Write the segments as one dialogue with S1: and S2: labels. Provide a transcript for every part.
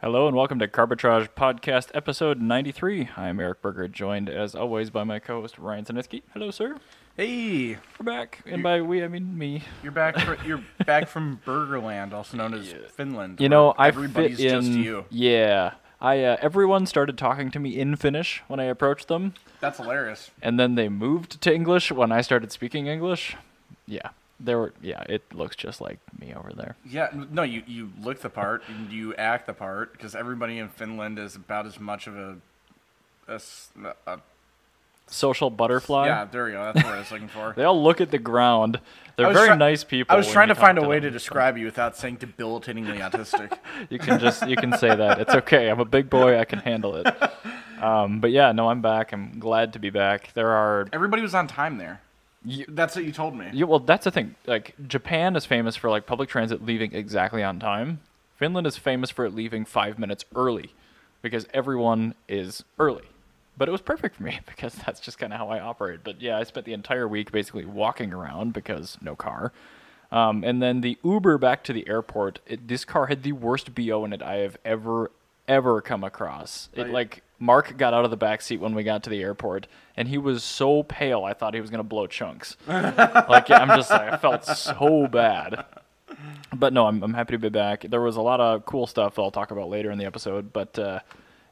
S1: Hello and welcome to Carbitrage Podcast, episode 93. I'm Eric Berger, joined as always by my co host Ryan Sanitsky. Hello, sir.
S2: Hey,
S1: We're back. And by we, I mean me.
S2: you're back. Fr- you're back from Burgerland, also known as Finland.
S1: You know,
S2: where
S1: I fit
S2: everybody's
S1: in.
S2: just you.
S1: Yeah. I, uh, everyone started talking to me in Finnish when I approached them,
S2: That's hilarious.
S1: and then they moved to English when I started speaking English. Yeah. There were, yeah, it looks just like me over there.
S2: Yeah, n- no, you you look the part, and you act the part, because everybody in Finland is about as much of a, a s- a-
S1: Social butterfly.
S2: yeah. There we go. That's what I was looking for.
S1: They all look at the ground.
S2: I
S1: They're
S2: was
S1: very
S2: try-
S1: nice people.
S2: I was
S1: when
S2: trying
S1: you
S2: to find
S1: talk
S2: a way to
S1: them.
S2: describe you without saying debilitatingly autistic.
S1: You can just you can say that. It's okay. I'm a big boy. I can handle it. Um, but yeah, no, I'm back. I'm glad to be back. There are
S2: Everybody was on time there.
S1: You-
S2: That's what you told me.
S1: you, well, that's the thing. Like Japan is famous for like public transit leaving exactly on time. Finland is famous for it leaving five minutes early, because everyone is early. But it was perfect for me because that's just kind of how I operate. But yeah, I spent the entire week basically walking around because no car. Um, and then the Uber back to the airport. It, this car had the worst BO in it I have ever ever come across. It
S2: Right.
S1: like Mark got out of the back seat when we got to the airport, and he was so pale. I thought he was gonna blow chunks. like I'm just like I felt so bad. But no, I'm I'm happy to be back. There was a lot of cool stuff that I'll talk about later in the episode. But uh,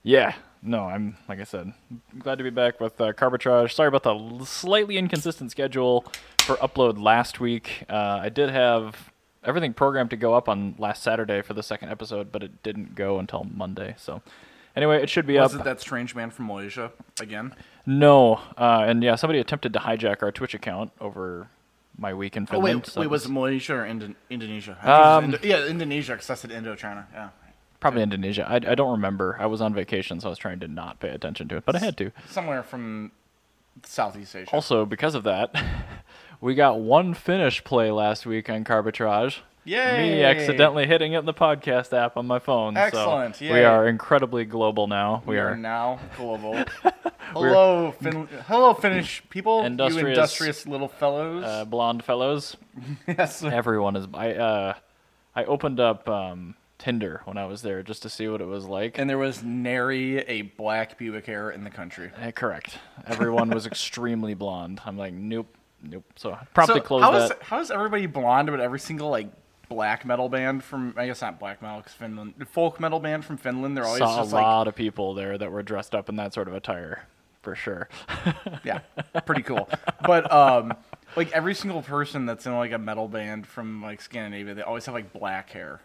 S1: yeah, no, I'm like I said, glad to be back with uh, Carbitrage. Sorry about the l- slightly inconsistent schedule for upload last week. Uh, I did have everything programmed to go up on last Saturday for the second episode, but it didn't go until Monday. So. Anyway, it should be
S2: Was
S1: up.
S2: it that strange man from Malaysia again?
S1: No, uh, and yeah, somebody attempted to hijack our Twitch account over my week in
S2: Oh,
S1: Finland.
S2: wait,
S1: so
S2: wait,
S1: it
S2: was it Malaysia or Indo- Indonesia?
S1: Um,
S2: I think it was Indo- yeah, Indonesia, because I said Indochina. Yeah.
S1: probably Indonesia. I, I don't remember. I was on vacation, so I was trying to not pay attention to it, but I had to.
S2: Somewhere from Southeast Asia.
S1: Also, because of that, we got one Finnish play last week on Carbitrage. Me
S2: Yay!
S1: accidentally hitting it in the podcast app on my phone. so
S2: Excellent,
S1: we
S2: yay.
S1: are incredibly global now. We,
S2: we
S1: are,
S2: are now global. hello, fin- hello, Finnish people, you
S1: Industrious-
S2: industrious little fellows.
S1: uh, blonde fellows.
S2: yes.
S1: Everyone is. I uh, I opened up um, Tinder when I was there just to see what it was like.
S2: And there was nary a black pubic hair in the country.
S1: Eh, correct. Everyone was extremely blonde. I'm like, nope, nope. So I promptly
S2: so
S1: closed
S2: how is-
S1: that.
S2: how is everybody blonde, but every single like black metal band from I guess not black metal because Finland folk metal band from Finland they're always
S1: Saw a
S2: just like
S1: lot of people there that were dressed up in that sort of attire, for sure.
S2: yeah, pretty cool. But um, like every single person that's in like a metal band from like Scandinavia, they always have like black hair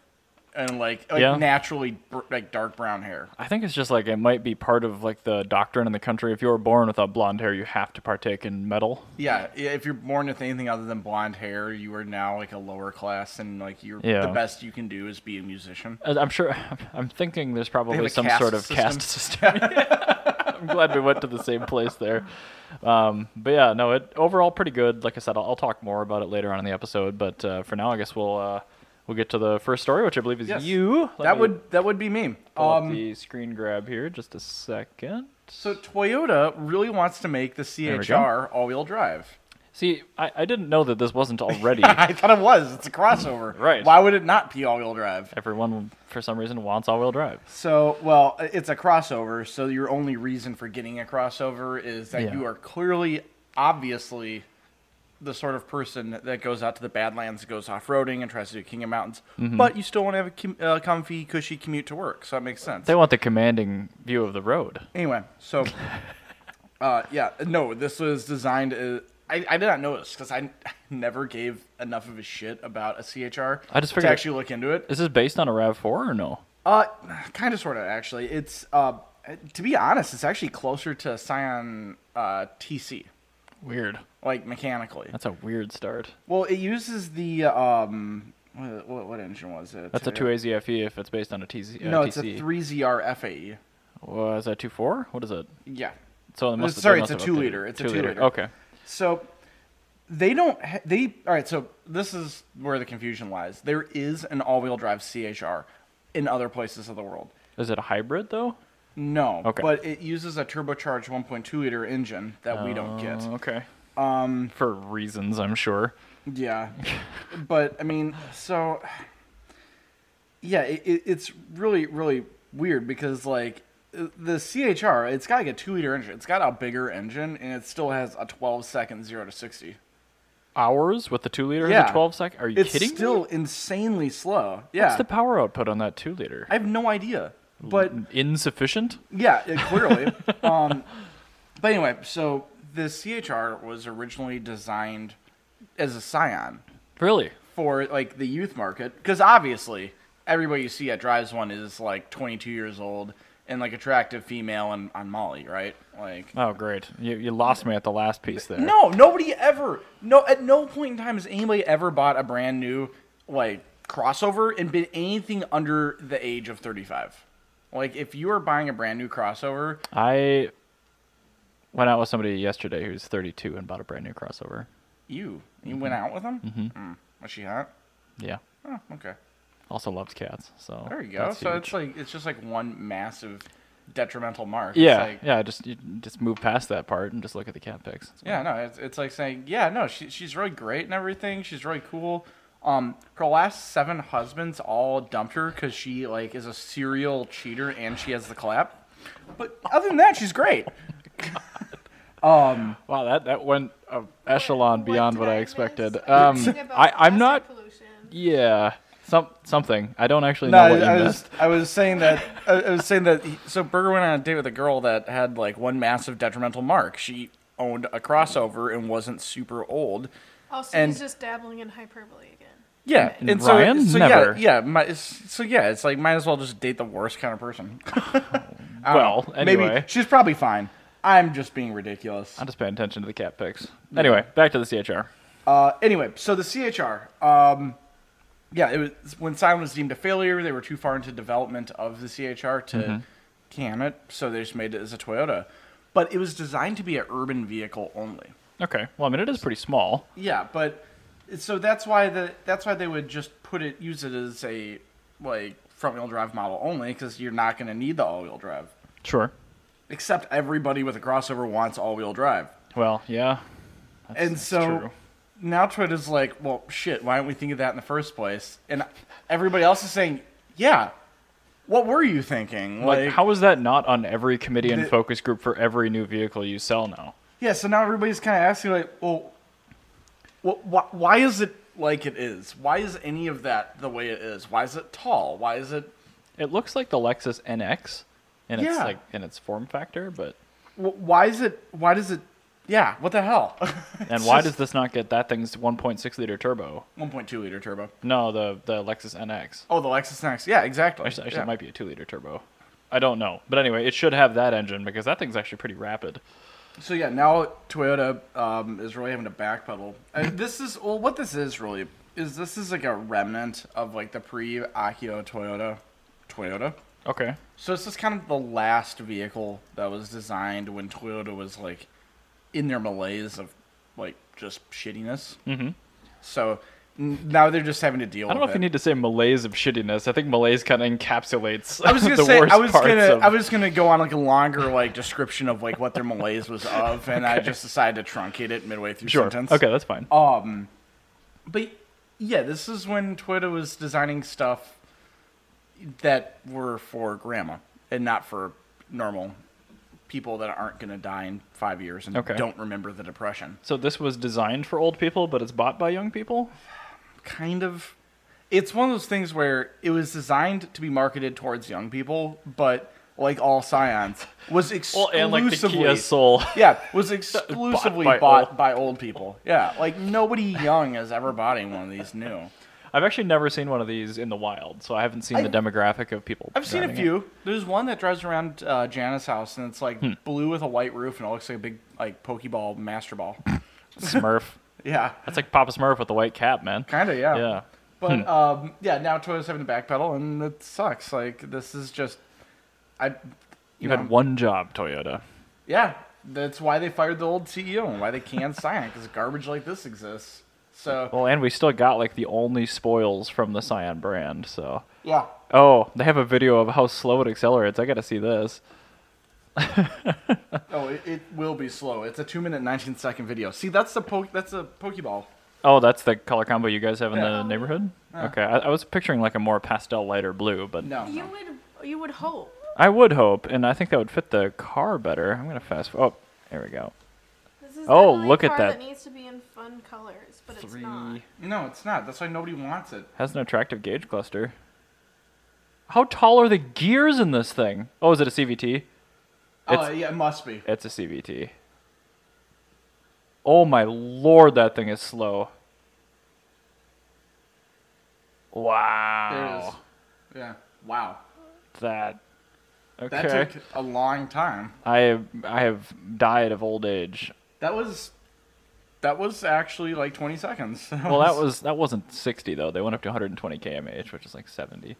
S2: and like, like
S1: Yeah.
S2: naturally br- like dark brown hair.
S1: I think it's just like it might be part of like the doctrine in the country. If you were born without blonde hair, you have to partake in metal.
S2: Yeah, i- if you're born with anything other than blonde hair, you are now like a lower class, and like you're
S1: Yeah.
S2: the best you can do is be a musician.
S1: Uh, I'm sure. I'm thinking there's probably
S2: a
S1: some
S2: caste
S1: sort of
S2: system.
S1: caste system. I'm glad we went to the same place there. Um, but yeah, no, it overall pretty good. Like I said, I'll, I'll talk more about it later on in the episode. But uh, for now, I guess we'll uh, we'll get to the first story, which I believe is
S2: Yes.
S1: you. Let
S2: that
S1: me
S2: would that would be me.
S1: pull up
S2: Um,
S1: the screen grab here. Just a second.
S2: so Toyota really wants to make the
S1: we go.
S2: CHR all-wheel drive.
S1: See, I, I didn't know that this wasn't already.
S2: I thought it was. It's a crossover.
S1: Right.
S2: Why would it not be all-wheel drive?
S1: Everyone, for some reason, wants all-wheel drive.
S2: So, well, it's a crossover. So your only reason for getting a crossover is that
S1: Yeah.
S2: you are clearly, obviously, the sort of person that goes out to the Badlands, goes off roading, and tries to do King of Mountains.
S1: Mm-hmm.
S2: But you still want to have a com- uh, comfy, cushy commute to work. So that makes sense.
S1: They want the commanding view of the road.
S2: Anyway, so uh, yeah, no, this was designed. Uh, I, I did not notice because I never gave enough of a shit about a CHR.
S1: I just
S2: to
S1: figured-
S2: actually look into it.
S1: Is this based on a Rav Four or no?
S2: Uh, kind of, sort of, actually. It's uh, to be honest, it's actually closer to Scion uh, TC,
S1: Weird.
S2: like mechanically.
S1: That's a weird start.
S2: Well, it uses the um, what, what, what engine was it?
S1: That's a two AZFE if it's based on a TZ. Uh,
S2: No,
S1: TC.
S2: it's a three ZR FAE.
S1: Was that two four? What is it?
S2: Yeah.
S1: So it must have-
S2: Uh, Sorry,
S1: they
S2: it's
S1: must
S2: a
S1: have updated it.
S2: 2-liter. It's a 2-liter.
S1: Okay.
S2: So they don't. Ha- they all right. So this is where the confusion lies. There is an all-wheel drive CHR in other places of the world.
S1: Is it a hybrid though?
S2: No,
S1: Okay.
S2: but it uses a turbocharged 1.2 liter engine that we don't get.
S1: Uh, okay. Um, for reasons I'm sure.
S2: Yeah, but I mean, so yeah, it, it, it's really, really weird because like the CHR, it's got like a two liter engine. It's got a bigger engine, and it still has a 12 second zero to sixty.
S1: Hours with the two liter and
S2: Yeah.
S1: the twelve sec? Are you
S2: It's
S1: kidding me?
S2: still insanely slow. Yeah,
S1: What's the power output on that two liter?
S2: I have no idea, but
S1: Insufficient.
S2: Yeah, it, clearly. um, but anyway, so the CHR was originally designed as a Scion
S1: Really?
S2: for like the youth market because obviously everybody you see that drives one is like 22 years old and like attractive female and on Molly, right? Like.
S1: Oh, great! You, you lost me at the last piece there.
S2: No, nobody ever. No, at no point in time has anybody ever bought a brand new like crossover and been anything under the age of thirty-five. Like, if you are buying a brand new crossover,
S1: I went out with somebody yesterday who's 32 and bought a brand new crossover.
S2: You you went out with him? Mm-hmm. Was she hot?
S1: Yeah,
S2: Oh, okay.
S1: also loves cats. So
S2: There you go.
S1: that's
S2: so
S1: huge.
S2: it's like it's just like one massive detrimental mark. It's
S1: yeah,
S2: like-
S1: yeah. Just you just move past that part and just look at the cat pics. It's
S2: Yeah, no, it's, it's like saying, yeah, no, she, she's really great and everything. She's really cool. Um, her last seven husbands all dumped her because she like is a serial cheater and she has the clap. But other than that, she's great. um,
S1: fine. Wow, that that went a echelon beyond what I
S3: did
S1: expected.
S3: miss?
S1: Um,
S3: Something about
S1: I I'm
S3: plastic
S1: not.
S3: pollution.
S1: Yeah, some something. I don't actually
S2: no,
S1: know what
S2: I,
S1: you
S2: was
S1: missed.
S2: I was saying that I, I was saying that he- so Berger went on a date with a girl that had like one massive detrimental mark. She owned a crossover and wasn't super old.
S3: Also,
S2: And-
S3: he's just dabbling in hyperbole again.
S2: Yeah,
S1: And
S2: and, so,
S1: Ryan?
S2: so
S1: Never.
S2: yeah, yeah, my, it's- so yeah, it's like might as well just date the worst kind of person. I don't
S1: Well,
S2: know. maybe
S1: anyway.
S2: she's probably fine. I'm just being ridiculous.
S1: I'm just paying attention to the cat pics. Anyway, back to the CHR.
S2: Uh, anyway, so the CHR, um, yeah, it was when Scion was deemed a failure, they were too far into development of the CHR to
S1: Mm-hmm.
S2: can it, so they just made it as a Toyota. But it was designed to be an urban vehicle only.
S1: Okay. Well, I mean, it is pretty small.
S2: Yeah, but so that's why the that's why they would just put it use it as a like front wheel drive model only because you're not going to need the all wheel drive.
S1: Sure.
S2: Except everybody with a crossover wants all wheel drive,
S1: Well, yeah. That's,
S2: and
S1: that's
S2: so
S1: true.
S2: now Twitter's like, well, shit, why didn't we think of that in the first place? And everybody else is saying, yeah, what were you thinking?
S1: Like, how is that not on every committee and
S2: The-
S1: focus group for every new vehicle you sell now?
S2: Yeah, so now everybody's kind of asking, like, well, wh- wh- why is it like it is? Why is any of that the way it is? Why is it tall? Why is it.
S1: It looks like the Lexus NX, and it's
S2: Yeah.
S1: like in its form factor, but
S2: Wh- why is it. Why does it. Yeah, what the hell?
S1: and why
S2: just-
S1: does this not get that thing's 1.6 liter turbo?
S2: 1.2 liter turbo.
S1: No, the the Lexus NX.
S2: Oh, the Lexus NX. Yeah, exactly.
S1: Actually, actually
S2: yeah.
S1: it might be a two liter turbo. I don't know, but anyway, it should have that engine because that thing's actually pretty rapid.
S2: So yeah, now Toyota um, is really having to backpedal. And this is well, what this is really is this is like a remnant of like the pre Akio Toyota, Toyota.
S1: Okay,
S2: So this is kind of the last vehicle that was designed when Toyota was like in their malaise of like just shittiness. Mm-hmm. So n- now they're just having to deal.
S1: I don't know
S2: with
S1: if
S2: it.
S1: you need to say malaise of shittiness. I think malaise kind of encapsulates
S2: I was gonna
S1: the
S2: say
S1: worst
S2: I was
S1: parts
S2: gonna
S1: of.
S2: I was gonna go on like a longer like description of like what their malaise was of, and I just decided to truncate it midway through
S1: sure.
S2: sentence.
S1: Okay, that's fine.
S2: Um, but yeah, this is when Twitter was designing stuff that were for grandma and not for normal people that aren't going to die in five years and
S1: Okay.
S2: don't remember the depression.
S1: So this was designed for old people, but it's bought by young people.
S2: Kind of. It's one of those things where it was designed to be marketed towards young people, but like all scions, was
S1: Well,
S2: exclusively
S1: and like the Kia Soul.
S2: yeah, was exclusively
S1: by
S2: bought, by,
S1: old-
S2: old. people. Yeah, like nobody young has ever bought any one of these new.
S1: I've actually never seen one of these in the wild, so I haven't seen the
S2: I-
S1: demographic of people.
S2: I've seen a
S1: driving it.
S2: few. There's one that drives around uh, Janice's house, and it's like
S1: Hmm.
S2: blue with a white roof, and it looks like a big like Pokeball Master Ball.
S1: Smurf.
S2: yeah,
S1: That's like Papa Smurf with the white cap, man.
S2: kind of. Yeah.
S1: Yeah. Hmm.
S2: But um, yeah, now Toyota's having to backpedal, and it sucks. Like this is just, I. You,
S1: You
S2: know,
S1: had one job, Toyota.
S2: Yeah, that's why they fired the old CEO and why they can't sign because garbage like this exists. So
S1: Well, and we still got like the only spoils from the Scion brand. So.
S2: yeah,
S1: Oh, they have a video of how slow it accelerates. I gotta see this.
S2: oh, it, it will be slow. It's a two minute nineteen second video. See, that's the po- that's a Pokeball.
S1: Oh, that's the color combo you guys have in
S2: Yeah.
S1: the neighborhood. Okay, I, I was picturing like a more pastel, lighter blue, but
S2: No,
S3: You
S2: no.
S3: would You would hope.
S1: I would hope, and I think that would fit the car better. I'm gonna fast. Oh, there we go.
S3: This is
S1: Oh,
S3: the only
S1: look at
S3: car
S1: that.
S3: needs to be in fun colors, but it's not.
S2: No, it's not. That's why nobody wants it.
S1: Has an attractive gauge cluster. How tall are the gears in this thing? Oh, is it a CVT?
S2: Oh,
S1: It's-
S2: yeah, it must be.
S1: It's a CVT. Oh my lord, that thing is slow.
S2: There it is.
S1: Wow.
S2: Yeah. Wow.
S1: That. Okay.
S2: That took a long time.
S1: I have I have died of old age.
S2: That was that was actually like 20 seconds.
S1: Well, that was that wasn't 60 though. They went up to 120 kmh, which is like 70.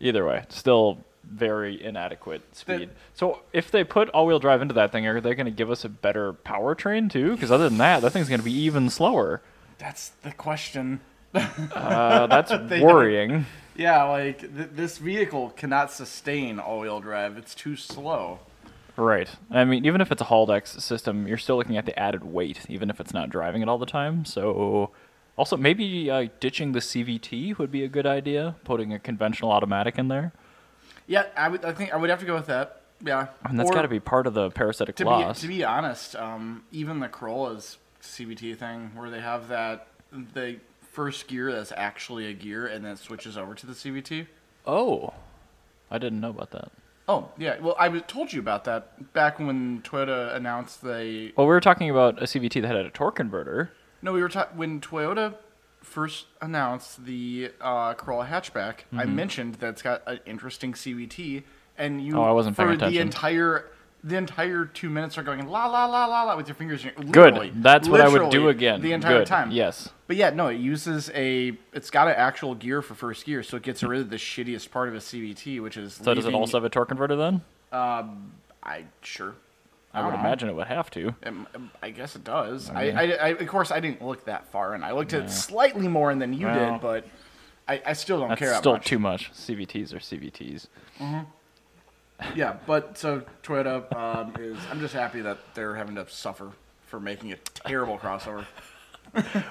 S1: Either way, still very inadequate speed. so if they put all-wheel drive into that thing, are they going to give us a better powertrain too? Because other than that, that thing's going to be even slower.
S2: That's the question.
S1: Uh, that's
S2: They don't-
S1: worrying.
S2: Yeah, like th- this vehicle cannot sustain all-wheel drive. It's too slow.
S1: Right. I mean, even if it's a Haldex system, you're still looking at the added weight, even if it's not driving it all the time. So, also maybe uh, ditching the CVT would be a good idea. Putting a conventional automatic in there,
S2: Yeah, I would. I think I would have to go with that. Yeah,
S1: and that's
S2: Or
S1: got to be part of the parasitic
S2: to be
S1: loss.
S2: to be honest. Um, even the Corolla's CVT thing, where they have that the first gear that's actually a gear, and then it switches over to the CVT.
S1: oh, I didn't know about that.
S2: Oh yeah, well I was- told you about that back when Toyota announced they.
S1: Well, we were talking about a CVT that had a torque converter.
S2: No, we were ta- when Toyota first announced the uh, Corolla hatchback. I
S1: Mm-hmm.
S2: mentioned that it's got an interesting CVT, and you
S1: Oh, I wasn't
S2: for
S1: paying
S2: the
S1: attention.
S2: entire the entire two minutes are going la la la la la with your fingers. in your- literally-
S1: Good. That's what I would do
S2: literally
S1: again.
S2: the entire
S1: Good.
S2: time.
S1: Yes.
S2: But yeah, no, it uses a. It's got an actual gear for first gear, so it gets rid of the shittiest part of a CVT, which is.
S1: Mm. So does it
S2: leaving-
S1: also have a torque converter then?
S2: I sure.
S1: I would imagine it would have to.
S2: Um, um, I guess it does. I, I, I, of course, I didn't look that far, and I looked at it slightly more than you
S1: Well,
S2: did, but I, I still don't
S1: That's
S2: care that
S1: still
S2: much.
S1: too much. CVTs are CVTs.
S2: Yeah, but so Toyota um, is. I'm just happy that they're having to suffer for making a terrible crossover.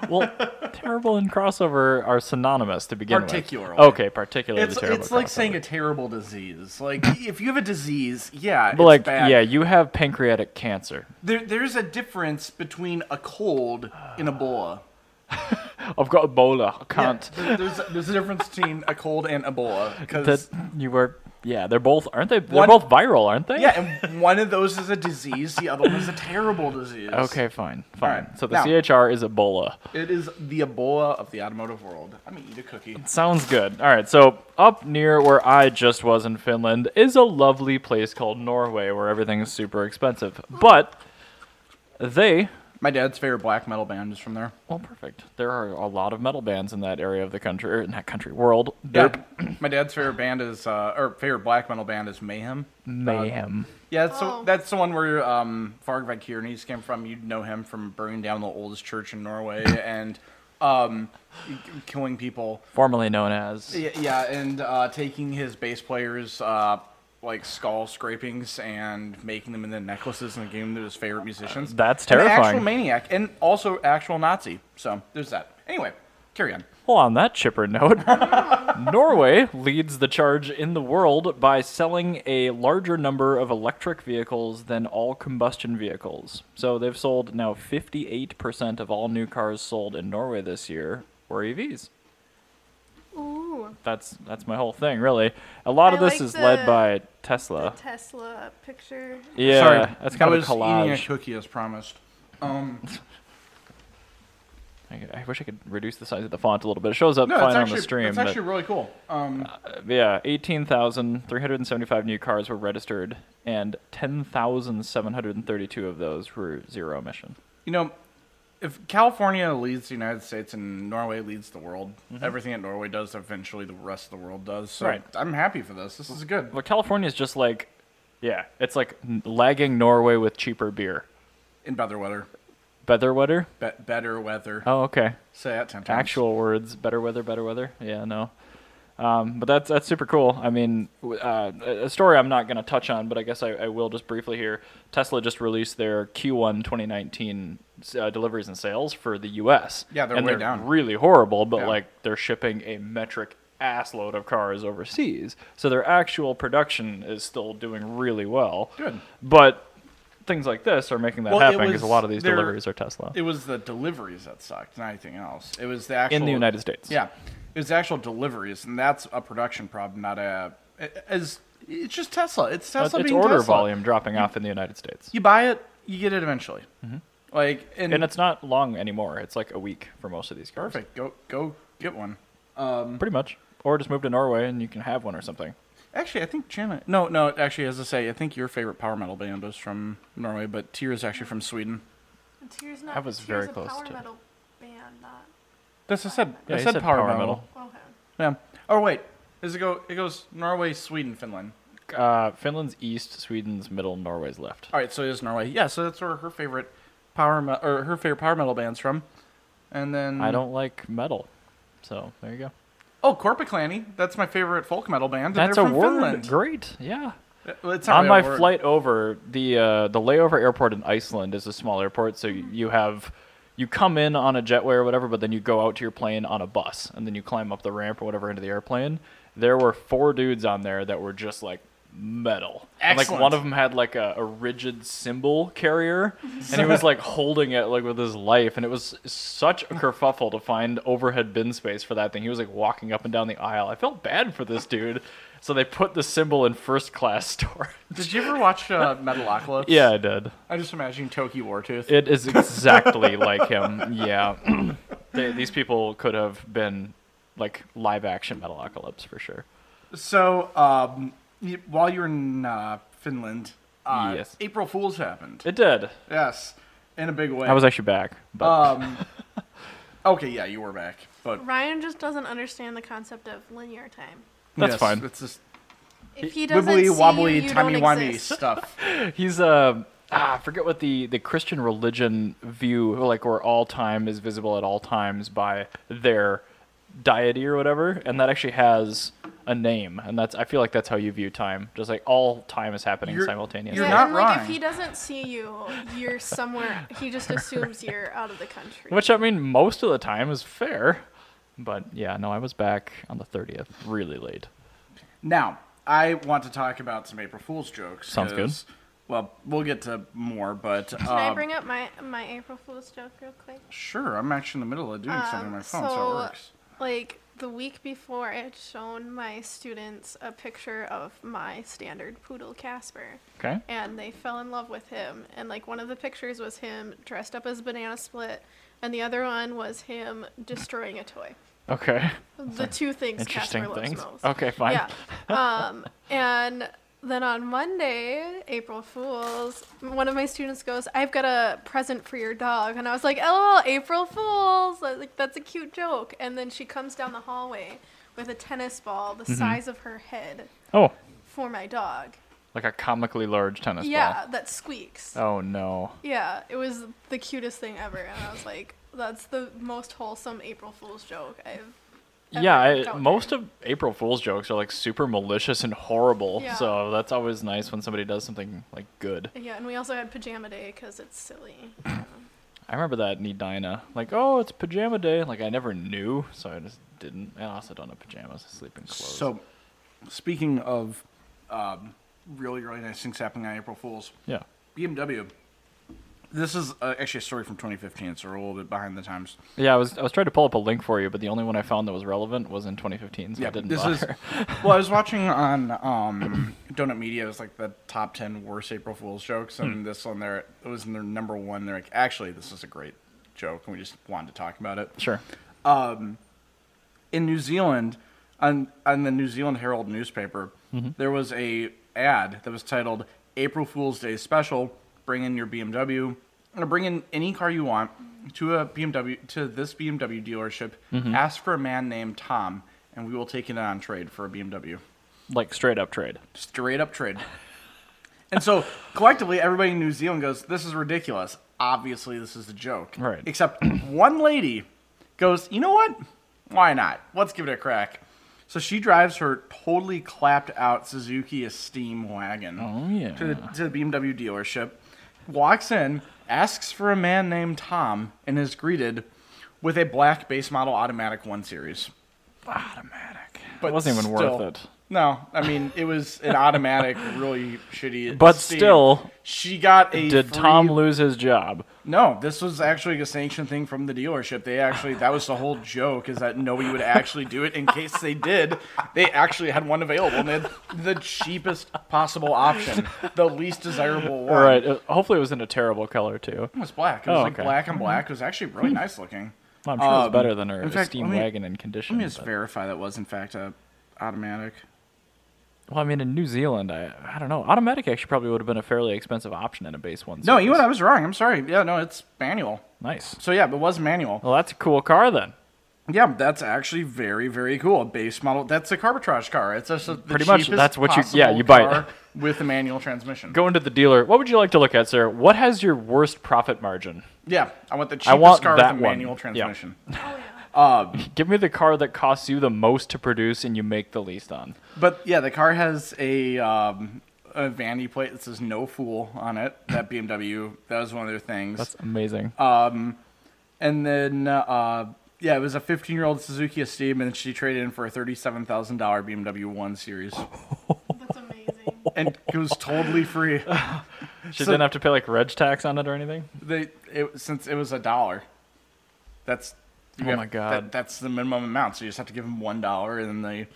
S1: Well, terrible and crossover are synonymous to begin with.
S2: Particularly.
S1: Okay, particularly
S2: It's
S1: terrible.
S2: it's like
S1: crossover.
S2: saying a terrible disease. Like if you have a disease, yeah,
S1: But
S2: it's
S1: like,
S2: bad.
S1: yeah, you have pancreatic cancer.
S2: There, there's a difference between a cold and
S1: Uh,
S2: Ebola.
S1: I've got Ebola. I
S2: Yeah,
S1: can't.
S2: there- there's, there's a difference between a cold and Ebola because
S1: That you were. Yeah, they're both. Aren't they? They're
S2: One-
S1: both viral, aren't they?
S2: Yeah, and one of those is a disease, the other one is a terrible disease.
S1: Okay, fine, fine.
S2: right,
S1: So the
S2: now-
S1: CHR is Ebola.
S2: It is the Ebola of the automotive world. I'm gonna eat a cookie.
S1: Sounds good. All right, so up near where I just was in Finland is a lovely place called Norway where everything's super expensive. But they
S2: My dad's favorite black metal band is from there.
S1: well, perfect. There are a lot of metal bands in that area of the country, or in that country world.
S2: Yeah.
S1: Derp.
S2: My dad's favorite band is uh or favorite black metal band is Mayhem.
S1: Mayhem.
S2: Yeah, that's
S3: Oh.
S2: the, that's the one where um Varg Vikernes came from. You'd know him from burning down the oldest church in Norway and um killing people.
S1: formerly known as.
S2: Yeah, yeah, and uh, taking his bass players' uh, like skull scrapings and making them into necklaces and giving them to his favorite musicians.
S1: Uh, That's
S2: An
S1: terrifying.
S2: actual maniac and also actual Nazi. So there's that. Anyway, carry on.
S1: Well, on that chipper note, Norway leads the charge in the world by selling a larger number of electric vehicles than all combustion vehicles. So they've sold now 58% of all new cars sold in Norway this year were EVs.
S3: Ooh,
S1: That's that's my whole thing, really. A lot of
S3: I
S1: this
S3: like
S1: is led
S3: the-
S1: by Tesla.
S3: Tesla picture.
S1: yeah,
S2: Sorry,
S1: that's
S2: I
S1: kind of
S2: was
S1: a collage.
S2: eating a cookie as promised. Um,
S1: I I wish I could reduce the size of the font a little bit. It shows up
S2: no,
S1: fine
S2: it's
S1: on
S2: actually
S1: the stream.
S2: it's
S1: but- Uh,
S2: actually really cool. Um,
S1: Yeah, 18,375 new cars were registered, and 10,732 of those were zero emission.
S2: you know, if California leads the United States and Norway leads the world, everything that Norway does eventually the rest of the world does. So
S1: Mm-hmm. Right.
S2: I'm happy for this. This is good.
S1: But California's just like, yeah, it's like n- lagging Norway with cheaper beer.
S2: In better weather.
S1: Better weather?
S2: Be- better weather.
S1: Oh, okay.
S2: Say that ten times.
S1: Actual words. Better weather, better weather. Yeah, no. Um, but that's that's super cool. I mean, w- uh, a a story I'm not going to touch on, but I guess I, I will just briefly here. Tesla just released their Q1 2019 s- uh, deliveries and sales for the U.S.
S2: Yeah, they're
S1: and
S2: way
S1: they're
S2: down.
S1: Really horrible, but
S2: Yeah.
S1: like they're shipping a metric assload of cars overseas. So their actual production is still doing really well.
S2: Good.
S1: But things like this are making that
S2: Well, it
S1: happen because a
S2: was
S1: lot of these
S2: their-
S1: deliveries are Tesla.
S2: It was the deliveries that sucked, not anything else. It was the actual
S1: in the United States.
S2: Yeah, it was the actual deliveries, and that's a production problem, not a. As it's just Tesla. It's
S1: Uh,
S2: Tesla
S1: it's
S2: being
S1: order
S2: Tesla.
S1: volume dropping off in the United States.
S2: You buy it, you get it eventually. Like and,
S1: Mm-hmm. And it's not long anymore. It's like a week for most of these cars.
S2: perfect. Go go get one.
S1: Pretty much. Or just move to Norway and you can have one or something.
S2: Actually, I think Janet. No, no. Actually, as I say, I think your favorite power metal band was from Norway, but Tyr is actually from Sweden.
S3: And Tears not.
S1: I was
S3: Tears
S1: very
S3: a
S1: close
S3: power
S1: to-
S3: metal band, not.
S2: That's what I said.
S1: Yeah,
S2: I
S1: he
S2: said,
S1: said
S2: power,
S1: power
S2: metal.
S1: metal.
S3: Okay.
S2: Yeah. Oh wait, does it go? It goes Norway, Sweden, Finland.
S1: Uh, Finland's east, Sweden's middle, Norway's left.
S2: All right, so it is Norway. Yeah, so that's where her favorite power me- or her favorite power metal band's from. And then
S1: I don't like metal. So there you go.
S2: Oh, Korpiklaani. That's my favorite folk metal band. and
S1: That's
S2: they're
S1: a
S2: from
S1: word.
S2: Finland.
S1: Great. Yeah.
S2: Uh, well, it's not
S1: On my
S2: really a word.
S1: flight over, the uh, the layover airport in Iceland is a small airport, so you, you have you come in on a jetway or whatever, but then you go out to your plane on a bus, and then you climb up the ramp or whatever into the airplane. There were four dudes on there that were just like metal. And, like
S2: Excellent.
S1: one of them had like a, a rigid cymbal carrier, and he was like holding it like with his life, and it was such a kerfuffle to find overhead bin space for that thing. He was like walking up and down the aisle. I felt bad for this dude. So they put the symbol in first class storage.
S2: Did you ever watch uh, Metalocalypse?
S1: Yeah, I did.
S2: I just imagine Toki Wartooth.
S1: It is exactly like him. Yeah. they, these people could have been like live action Metalocalypse for sure.
S2: So, um, y- while you were in uh, Finland, uh,
S1: Yes.
S2: April Fool's happened.
S1: It did.
S2: yes, in a big way.
S1: I was actually back. But
S2: Um, okay, yeah, you were back, but
S3: Ryan just doesn't understand the concept of linear time.
S1: That's
S2: yes,
S1: fine.
S2: It's just
S3: If he doesn't
S2: wibbly
S3: see
S2: wobbly
S3: you, you
S2: timey
S3: don't
S2: wimey
S3: exist.
S2: stuff.
S1: he's uh ah, I forget what the the Christian religion view like where all time is visible at all times by their deity or whatever, and that actually has a name, and that's I feel like that's how you view time. Just like all time is happening
S2: You're-
S1: simultaneously.
S2: You're
S3: yeah,
S2: not
S3: and like
S2: wrong.
S3: if he doesn't see you, you're somewhere. He just assumes you're out of the country.
S1: Which I mean, most of the time is fair, but yeah, no, I was back on the thirtieth, really late.
S2: Now, I want to talk about some April Fool's jokes.
S1: Sounds good.
S2: 'cause- Well, we'll get to more, but um,
S3: Can I bring up my my April Fool's joke real quick?
S2: sure. I'm actually in the middle of doing something on
S3: Um,
S2: my phone, so, it works.
S3: Like the week before, I had shown my students a picture of my standard poodle Casper,
S1: Okay.
S3: and they fell in love with him. And like one of the pictures was him dressed up as Banana Split, and the other one was him destroying a toy.
S1: Okay.
S3: The two things
S1: Interesting
S3: Casper
S1: things.
S3: loves most.
S1: Okay, fine.
S3: Yeah. Um, and then on Monday, April Fools, one of my students goes, "I've got a present for your dog," and I was like, "LOL, April Fools! I was Like that's a cute joke." And then she comes down the hallway with a tennis ball
S1: Mm-hmm.
S3: the size of her head
S1: Oh,
S3: for my dog.
S1: like a comically large tennis
S3: yeah, that squeaks.
S1: ball. Oh no.
S3: Yeah, it was the cutest thing ever, and I was like, "That's the most wholesome April Fools joke I've." ever
S1: Yeah, I,
S3: encountered."
S1: most of April Fool's jokes are like super malicious and horrible.
S3: Yeah.
S1: So that's always nice when somebody does something like good.
S3: Yeah, and we also had pajama day because it's silly.
S1: I remember that in Edina. Like, oh, it's pajama day. Like, I never knew, so I just didn't. I also don't have pajamas, sleeping clothes.
S2: So, speaking of um, really, really nice things happening on April Fools,
S1: yeah.
S2: BMW. This is uh, actually a story from 2015, so we're a little bit behind the times.
S1: Yeah, I was I was trying to pull up a link for you, but the only one I found that was relevant was in 2015, so I
S2: Yeah,
S1: didn't
S2: this is.
S1: bother.
S2: Well, I was watching on um, Donut Media. It was like the top ten worst April Fool's jokes,
S1: Hmm.
S2: and this one there it was in their number one. They're like, actually, this is a great joke, and we just wanted to talk about it.
S1: sure.
S2: In New Zealand, on on the New Zealand Herald newspaper,
S1: Mm-hmm.
S2: there was a ad that was titled "April Fool's Day Special: Bring in your BMW or bring in any car you want to a BMW to this BMW dealership.
S1: Mm-hmm.
S2: Ask for a man named Tom, and we will take it on trade for a BMW."
S1: Like straight up trade.
S2: straight up trade. And so collectively, everybody in New Zealand goes, "This is ridiculous." Obviously, this is a joke.
S1: Right.
S2: Except one lady goes, "You know what? Why not? Let's give it a crack." So she drives her totally clapped out Suzuki Esteem wagon
S1: Oh, yeah.
S2: to, the, to the BMW dealership, walks in, asks for a man named Tom, and is greeted with a black base model automatic one series.
S1: Automatic.
S2: But
S1: It wasn't even worth
S2: still-
S1: it.
S2: No, I mean it was an automatic, really shitty.
S1: But
S2: state.
S1: still,
S2: she got a.
S1: Did
S2: free-
S1: Tom lose his job?
S2: No, this was actually a sanctioned thing from the dealership. They actually that was the whole joke is that nobody would actually do it. In case they did, they actually had one available and they had the cheapest possible option, the least desirable one.
S1: All right. uh, Hopefully, it was in a terrible color too.
S2: It was black. It was
S1: Oh,
S2: like
S1: okay. Hmm.
S2: black and black. It was actually really nice looking.
S1: Well, I'm sure it was
S2: Um,
S1: better than her
S2: in fact,
S1: steam
S2: let me-
S1: wagon in condition.
S2: Let me just
S1: but-
S2: verify that was in fact a automatic.
S1: well, I mean, in New Zealand, I I don't know. Automatic actually probably would have been a fairly expensive option in a base one.
S2: No, you know
S1: series.
S2: what? I was wrong. I'm sorry. Yeah, no, it's manual.
S1: nice.
S2: So yeah, it was manual.
S1: Well, that's a cool car then.
S2: Yeah, that's actually very, very cool. A base model. That's a carbitrage car. It's just a, the
S1: Pretty much,
S2: cheapest
S1: that's what you-
S2: possible
S1: yeah, you buy it.
S2: car with a manual transmission.
S1: Going to the dealer. What would you like to look at, sir? What has your worst profit margin?
S2: Yeah, I want the cheapest
S1: I want
S2: car
S1: that
S2: with a
S1: one.
S2: manual
S1: Yeah.
S2: transmission.
S3: Oh, yeah.
S1: Give me the car that costs you the most to produce and you make the least on.
S2: But yeah, the car has a um, a vanity plate that says "No Fool" on it. That BMW. That was one of their things.
S1: That's amazing.
S2: Uh, and then uh, yeah, it was a 15 year old Suzuki Esteem, and she traded in for a thirty-seven thousand dollar BMW One Series,
S3: That's amazing.
S2: and it was totally free.
S1: she
S2: so-
S1: didn't have to pay like reg tax on it or anything.
S2: They it, since it was a dollar. That's you
S1: Oh my God.
S2: that- that's the minimum amount. So you just have to give them one dollar, and then they,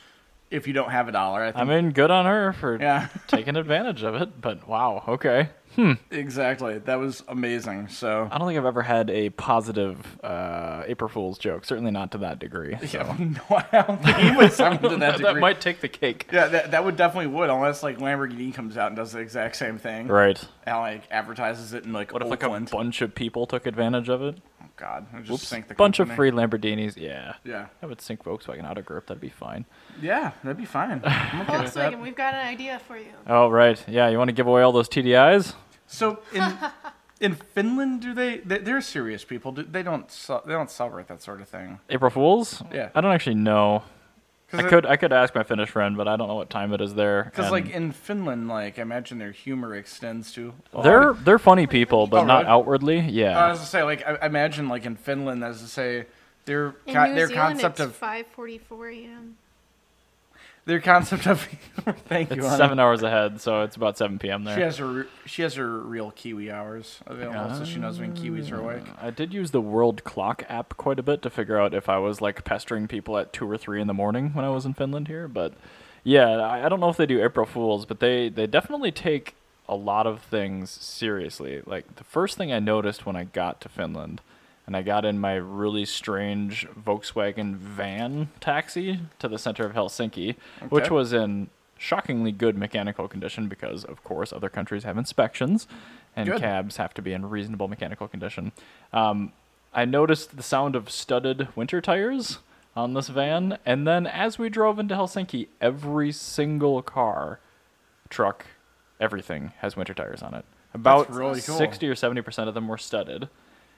S2: if you don't have a dollar, I think.
S1: I mean, good on her for
S2: yeah,
S1: taking advantage of it. But wow, okay.
S2: exactly. That was amazing. So
S1: I don't think I've ever had a positive uh, April Fool's joke. Certainly not to that degree.
S2: yeah, no, I don't think he would summon to that degree.
S1: that might take the cake.
S2: yeah, that, that would definitely would unless like Lamborghini comes out and does the exact same thing
S1: Right.
S2: and like advertises it in like
S1: What if like a
S2: Oakland.
S1: bunch of people took advantage of it?
S2: oh God, I just
S1: Oops.
S2: sink the
S1: bunch of free
S2: company.
S1: Lamborghinis. Yeah.
S2: Yeah,
S1: I would sink Volkswagen out of grip. That'd be fine.
S2: yeah, that'd be fine. I'm okay with that.
S3: Volkswagen, we've got an idea for you.
S2: Uh,
S1: Oh right. Yeah. You want to give away all those TDIs?
S2: So in in Finland, do they? they they're serious people. Do, they don't ce- they don't celebrate that sort of thing.
S1: April Fools?
S2: Yeah.
S1: I don't actually know.
S2: 'Cause
S1: I
S2: it-
S1: could I could ask my Finnish friend, but I don't know what time it is there.
S2: Because
S1: and
S2: like in Finland, like I imagine their humor extends to. a lot
S1: they're
S2: of-
S1: they're funny people, but
S2: Oh,
S1: not
S2: really? Uh,
S1: outwardly.
S2: I
S1: Yeah.
S2: was to say like I, I imagine like in Finland, as to say their
S3: In
S2: co-
S3: New
S2: their
S3: Zealand,
S2: concept
S3: it's
S2: of
S3: 5:44 a.m.
S2: their concept of. thank you.
S1: it's
S2: Anna.
S1: seven hours ahead, so it's about seven p.m. there.
S2: She has her re- she has her real Kiwi hours available, so she knows when Kiwis are awake.
S1: I did use the World Clock app quite a bit to figure out if I was like pestering people at two or three in the morning when I was in Finland here. But yeah, I, I don't know if they do April Fools, but they they definitely take a lot of things seriously. Like the first thing I noticed when I got to Finland, and I got in my really strange Volkswagen van taxi to the center of Helsinki, which
S2: Okay.
S1: was was in shockingly good mechanical condition because, of course, other countries have inspections and
S2: Good.
S1: cabs have to be in reasonable mechanical condition. Um, I noticed the sound of studded winter tires on this van, and then as we drove into Helsinki, every single car, truck, everything has winter tires on it. About
S2: really cool.
S1: 60 or 70% of them were studded.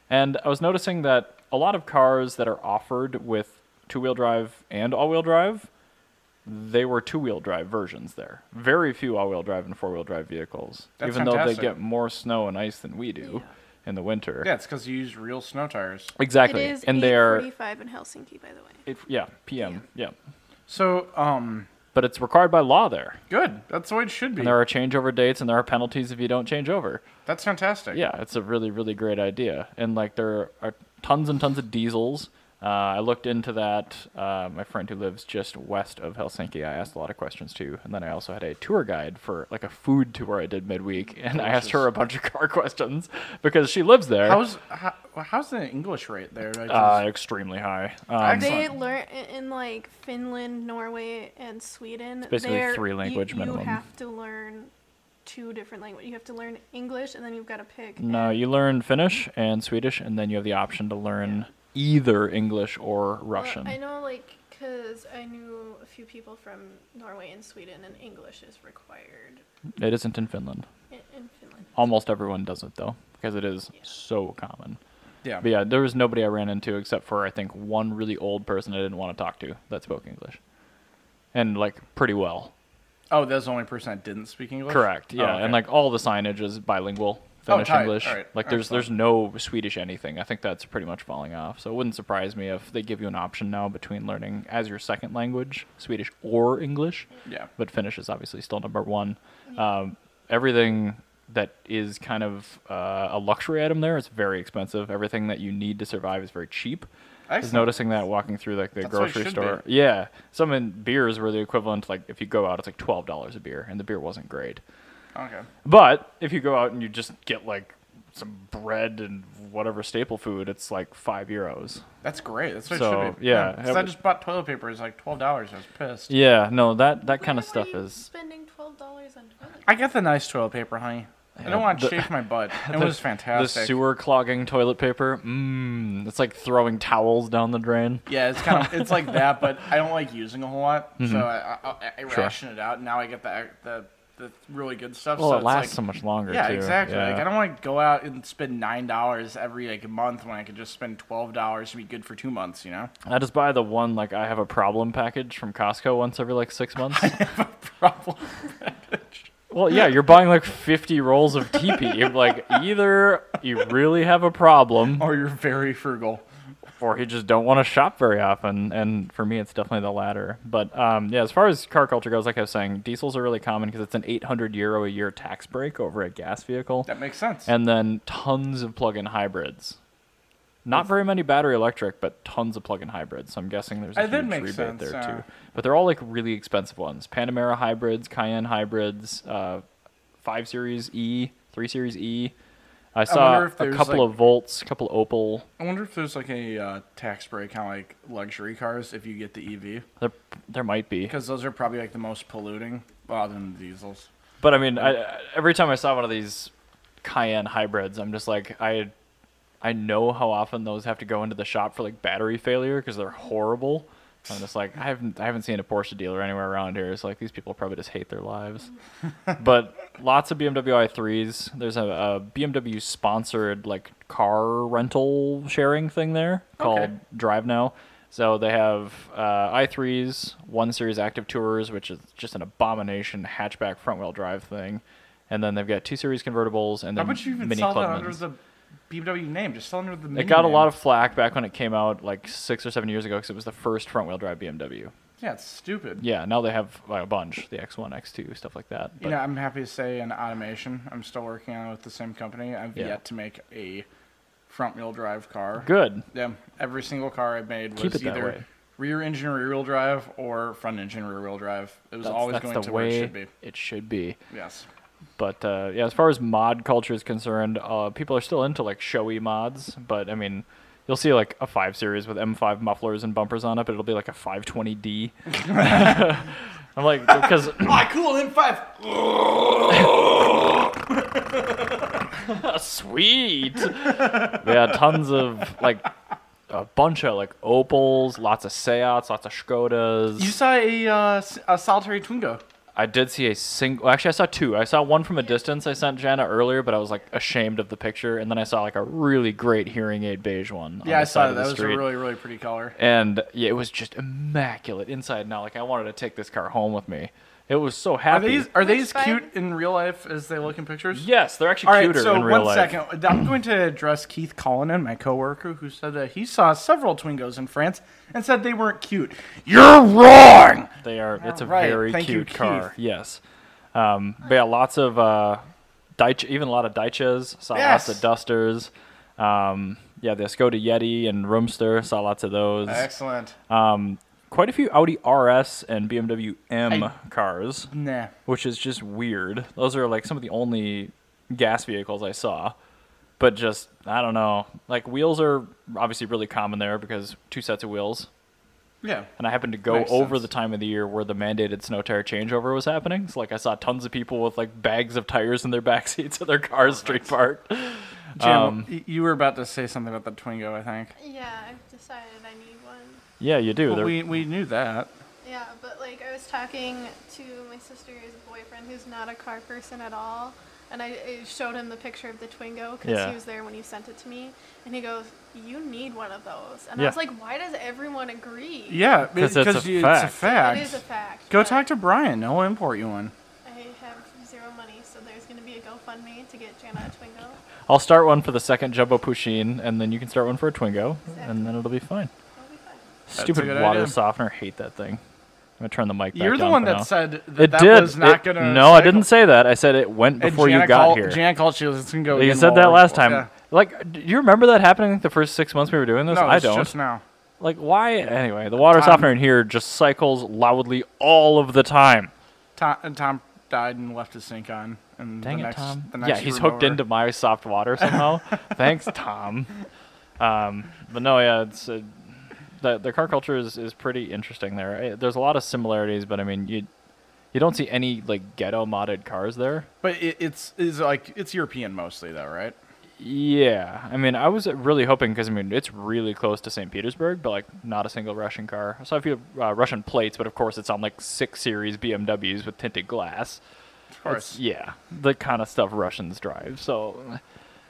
S1: And I was noticing that a lot of cars that are offered with two wheel drive and all wheel drive they were two wheel drive versions there. Very few all wheel drive and four wheel drive vehicles,
S2: That's
S1: even though
S2: fantastic.
S1: they get more snow and ice than we do in the winter.
S2: Yeah, it's because you use real snow tires.
S1: exactly.
S3: It is
S1: and they are,
S3: 8:45 in Helsinki, by the way.
S1: it, yeah, PM, yeah.
S2: So um,
S1: But it's required by law there.
S2: good. That's the way it should be.
S1: And there are changeover dates and there are penalties if you don't change over.
S2: That's fantastic.
S1: Yeah, it's a really, really great idea. And like there are tons and tons of diesels. Uh, I looked into that. Uh, my friend who lives just west of Helsinki, I asked a lot of questions too. And then I also had a tour guide for like a food tour I did midweek. And I asked her a bunch of car questions because she lives there.
S2: How's how, how's the English rate there? Like,
S1: uh, extremely high. Um,
S2: Excellent.
S3: They learn in- in like Finland, Norway, and Sweden.
S1: basically
S3: they're-
S1: three language
S3: you,
S1: minimum.
S3: You have to learn two different languages. You have to learn English, and then you've got to pick.
S1: no,
S3: and-
S1: you learn Finnish and Swedish, and then you have the option to learn either English or Russian.
S3: Well, I know, like, because I knew a few people from Norway and Sweden, and English is required
S1: It isn't in Finland.
S3: in, in Finland.
S1: Almost everyone does it though, because it is
S3: Yeah.
S1: so common.
S2: yeah.
S1: But yeah, there was nobody I ran into except for I think one really old person I didn't want to talk to that spoke English, and like pretty well.
S2: Oh, that's the only person that didn't speak English.
S1: Correct. Yeah,
S2: Oh, okay.
S1: and like all the signage is bilingual, Finnish
S2: tied.
S1: English.
S2: All right.
S1: Like
S2: All
S1: there's
S2: right,
S1: there's no Swedish anything. I think that's pretty much falling off. So it wouldn't surprise me if they give you an option now between learning as your second language Swedish or English.
S2: Yeah.
S1: But Finnish is obviously still number one. Um, everything that is kind of uh, a luxury item there is very expensive. Everything that you need to survive is very cheap. I was
S2: Excellent.
S1: noticing that walking through like the
S2: That's what it
S1: grocery
S2: should
S1: store.
S2: be.
S1: Yeah, some in beers were the equivalent. Like if you go out, it's like twelve dollars a beer, and the beer wasn't great.
S2: Okay.
S1: But if you go out and you just get like some bread and whatever staple food, it's like five euros.
S2: That's great. That's what it
S1: So,
S2: should be.
S1: yeah,
S2: Because
S1: it
S2: I
S1: was-
S2: just bought toilet paper. It's like twelve dollars. I was pissed.
S1: Yeah, no, that that
S3: Why
S1: kind of
S3: were
S1: stuff
S3: you
S1: is.
S3: Spending twelve dollars on toilet.
S2: I got the nice toilet paper, honey. I
S1: Yeah,
S2: don't want
S1: the-
S2: to shave my butt. It
S1: the-
S2: was fantastic.
S1: The sewer clogging toilet paper. Mmm, it's like throwing towels down the drain.
S2: Yeah, it's kind of it's like that, but I don't like using a whole lot, so I, I, I, I
S1: Mm-hmm. Sure.
S2: ration it out. Now I get the the, the really good stuff.
S1: Well,
S2: so
S1: it
S2: it's
S1: lasts so
S2: like,
S1: much longer.
S2: yeah,
S1: too.
S2: exactly. Like
S1: Yeah.
S2: I don't want to go out and spend nine dollars every like month when I could just spend twelve dollars to be good for two months. You know,
S1: I just buy the one like I have a problem package from Costco once every like six months.
S2: problem.
S1: well, yeah, you're buying like 50 rolls of TP. You're like either you really have a problem,
S2: or you're very frugal.
S1: or you just don't want to shop very often. And for me, it's definitely the latter. But um, yeah, as far as car culture goes, like I was saying, diesels are really common because it's an 800 euro a year tax break over a gas vehicle,
S2: That makes sense.
S1: and then tons of plug-in hybrids. Not very many battery electric, but tons of plug-in hybrids. So I'm guessing there's a
S2: Uh, that
S1: huge
S2: makes
S1: rebate
S2: sense,
S1: there
S2: yeah.
S1: too. But they're all like really expensive ones: Panamera hybrids, Cayenne hybrids, uh, five series E, three series E. I saw
S2: wonder
S1: a
S2: if there's,
S1: couple
S2: like-
S1: of Volts, a couple of Opel.
S2: I wonder if there's like a uh, tax break on like luxury cars if you get the EV,
S1: There, there might be.
S2: because those are probably like the most polluting, other than the diesels.
S1: But I mean, I, I- every time I saw one of these Cayenne hybrids, I'm just like, I, I know how often those have to go into the shop for like battery failure because they're horrible. I'm just like, I haven't, I haven't seen a Porsche dealer anywhere around here. It's like these people probably just hate their lives. but lots of BMW i3s. There's a, a BMW sponsored like car rental sharing thing there called
S2: Okay.
S1: Drive Now. So they have uh, i3s, one series active tours, which is just an abomination hatchback front wheel drive thing, and then they've got two series convertibles and
S2: How
S1: then
S2: about you even
S1: mini
S2: sell that
S1: Clubmans.
S2: under the BMW name? Just sell under the.
S1: It got a lot of flack back when it came out like six or seven years ago because it was the first front wheel drive BMW.
S2: Yeah, it's stupid.
S1: Yeah, now they have like, a bunch, the X1, X2, stuff like that.
S2: You know, I'm happy to say in automation, I'm still working on it with the same company. I've
S1: Yeah.
S2: yet to make a front wheel drive car.
S1: good.
S2: Yeah, every single car I made
S1: Keep
S2: was
S1: it that way.
S2: either rear engine rear wheel drive or front engine rear wheel drive. It was
S1: That's,
S2: always
S1: that's
S2: going
S1: the
S2: to where
S1: way
S2: it should be.
S1: It should be.
S2: Yes.
S1: But uh, yeah, as far as mod culture is concerned, uh, people are still into like showy mods. But I mean, you'll see like a five series with M5 mufflers and bumpers on it, but it'll be like a 520D. I'm like because
S2: Ah, cool M5.
S1: sweet. yeah, tons of like a bunch of like Opals, lots of Seats, lots of Skodas.
S2: You saw a uh, s- a solitary Twingo.
S1: I did see a single. Actually, I saw two. I saw one from a distance. I sent Jana earlier, but I was like ashamed of the picture. And then I saw like a really great hearing aid beige one. on
S2: Yeah, I
S1: the side
S2: saw that.
S1: of the
S2: That was a
S1: street.
S2: really really pretty color.
S1: And yeah, it was just immaculate inside. Now, like I wanted to take this car home with me. It was so
S2: Are
S1: happy.
S2: these are
S3: Which
S2: these
S3: side?
S2: cute in real life as they look in pictures?
S1: Yes, they're actually
S2: All right,
S1: cuter
S2: so
S1: in real
S2: one
S1: life.
S2: second. I'm going to address Keith Cullinan, my coworker, who said that he saw several Twingos in France and said they weren't cute. You're wrong.
S1: They are. It's a
S2: right.
S1: very
S2: Thank you,
S1: cute car.
S2: Keith.
S1: Yes. Um, but yeah, lots of uh, Deitch, even a lot of Deiches. Saw lots
S2: Yes.
S1: of Dusters. Um, yeah, the Skoda Yeti and Roomster. Saw lots of those.
S2: Excellent.
S1: Um, quite a few Audi RS and BMW M
S2: I-
S1: cars,
S2: Nah.
S1: which is just weird. Those are like some of the only gas vehicles I saw. But just I don't know. Like wheels are obviously really common there because two sets of wheels.
S2: Yeah.
S1: And I happened to go
S2: Makes
S1: over
S2: sense.
S1: the time of the year where the mandated snow tire changeover was happening. So like I saw tons of people with like bags of tires in their back seats of their
S2: Oh,
S1: cars straight parked.
S2: Jim,
S1: Um,
S2: y- you were about to say something about the Twingo, I think.
S3: Yeah, I've decided I need one.
S1: Yeah, you do.
S2: Well,
S1: They're-
S2: we, we knew that.
S3: Yeah, but like I was talking to my sister's boyfriend, who's not a car person at all, and I, I showed him the picture of the Twingo because
S1: Yeah.
S3: he was there when you sent it to me, and he goes, "You need one of those," and
S1: Yeah.
S3: I was like, "Why does everyone agree?"
S2: Yeah,
S1: 'Cause it's
S2: because
S1: a
S2: you- it's a
S1: fact.
S2: fact.
S3: it is a fact.
S2: Go
S3: but
S2: talk to Brian. He'll import you one.
S3: I have zero money, so there's going to be a GoFundMe to get Jana a Twingo.
S1: I'll start one for the second Jumbo Pusheen, and then you can start one for a Twingo, and then it'll be fine.
S3: That'll be fun.
S2: a
S1: Stupid
S2: good
S1: water
S2: idea.
S1: softener. Hate that thing. I'm gonna turn the mic. Back
S2: You're the
S1: down
S2: one
S1: for
S2: that
S1: now.
S2: said that,
S1: it
S2: that
S1: did.
S2: was not
S1: It-
S2: going to.
S1: No, I didn't say that. I said it went before you got here.
S2: Janet called. She was it's gonna go.
S1: you
S2: again
S1: said
S2: while
S1: that
S2: we're-
S1: last time.
S2: Yeah.
S1: Like, do you remember that happening like, the first six months we were doing this?
S2: No,
S1: I
S2: it's
S1: don't.
S2: Just now.
S1: Like, why? Anyway, the water softener in here just cycles loudly all of the time.
S2: Tom, and Tom died and left his sink on. And
S1: Dang
S2: the
S1: it,
S2: next,
S1: Tom.
S2: The next
S1: yeah, he's
S2: room
S1: hooked
S2: over.
S1: into my soft water somehow. Thanks, Tom. Um, but no, yeah, it's uh the the car culture is, is pretty interesting there. Eh, There's a lot of similarities, but I mean, you you don't see any like ghetto modded cars there.
S2: But it, it's is like it's European mostly though, right?
S1: Yeah, I mean, I was really hoping because I mean it's really close to St. Petersburg, but like not a single Russian car. I saw a few uh, Russian plates, but of course it's on like six series BMWs with tinted glass.
S2: Of course.
S1: Yeah, the kind of stuff Russians drive. So Uh,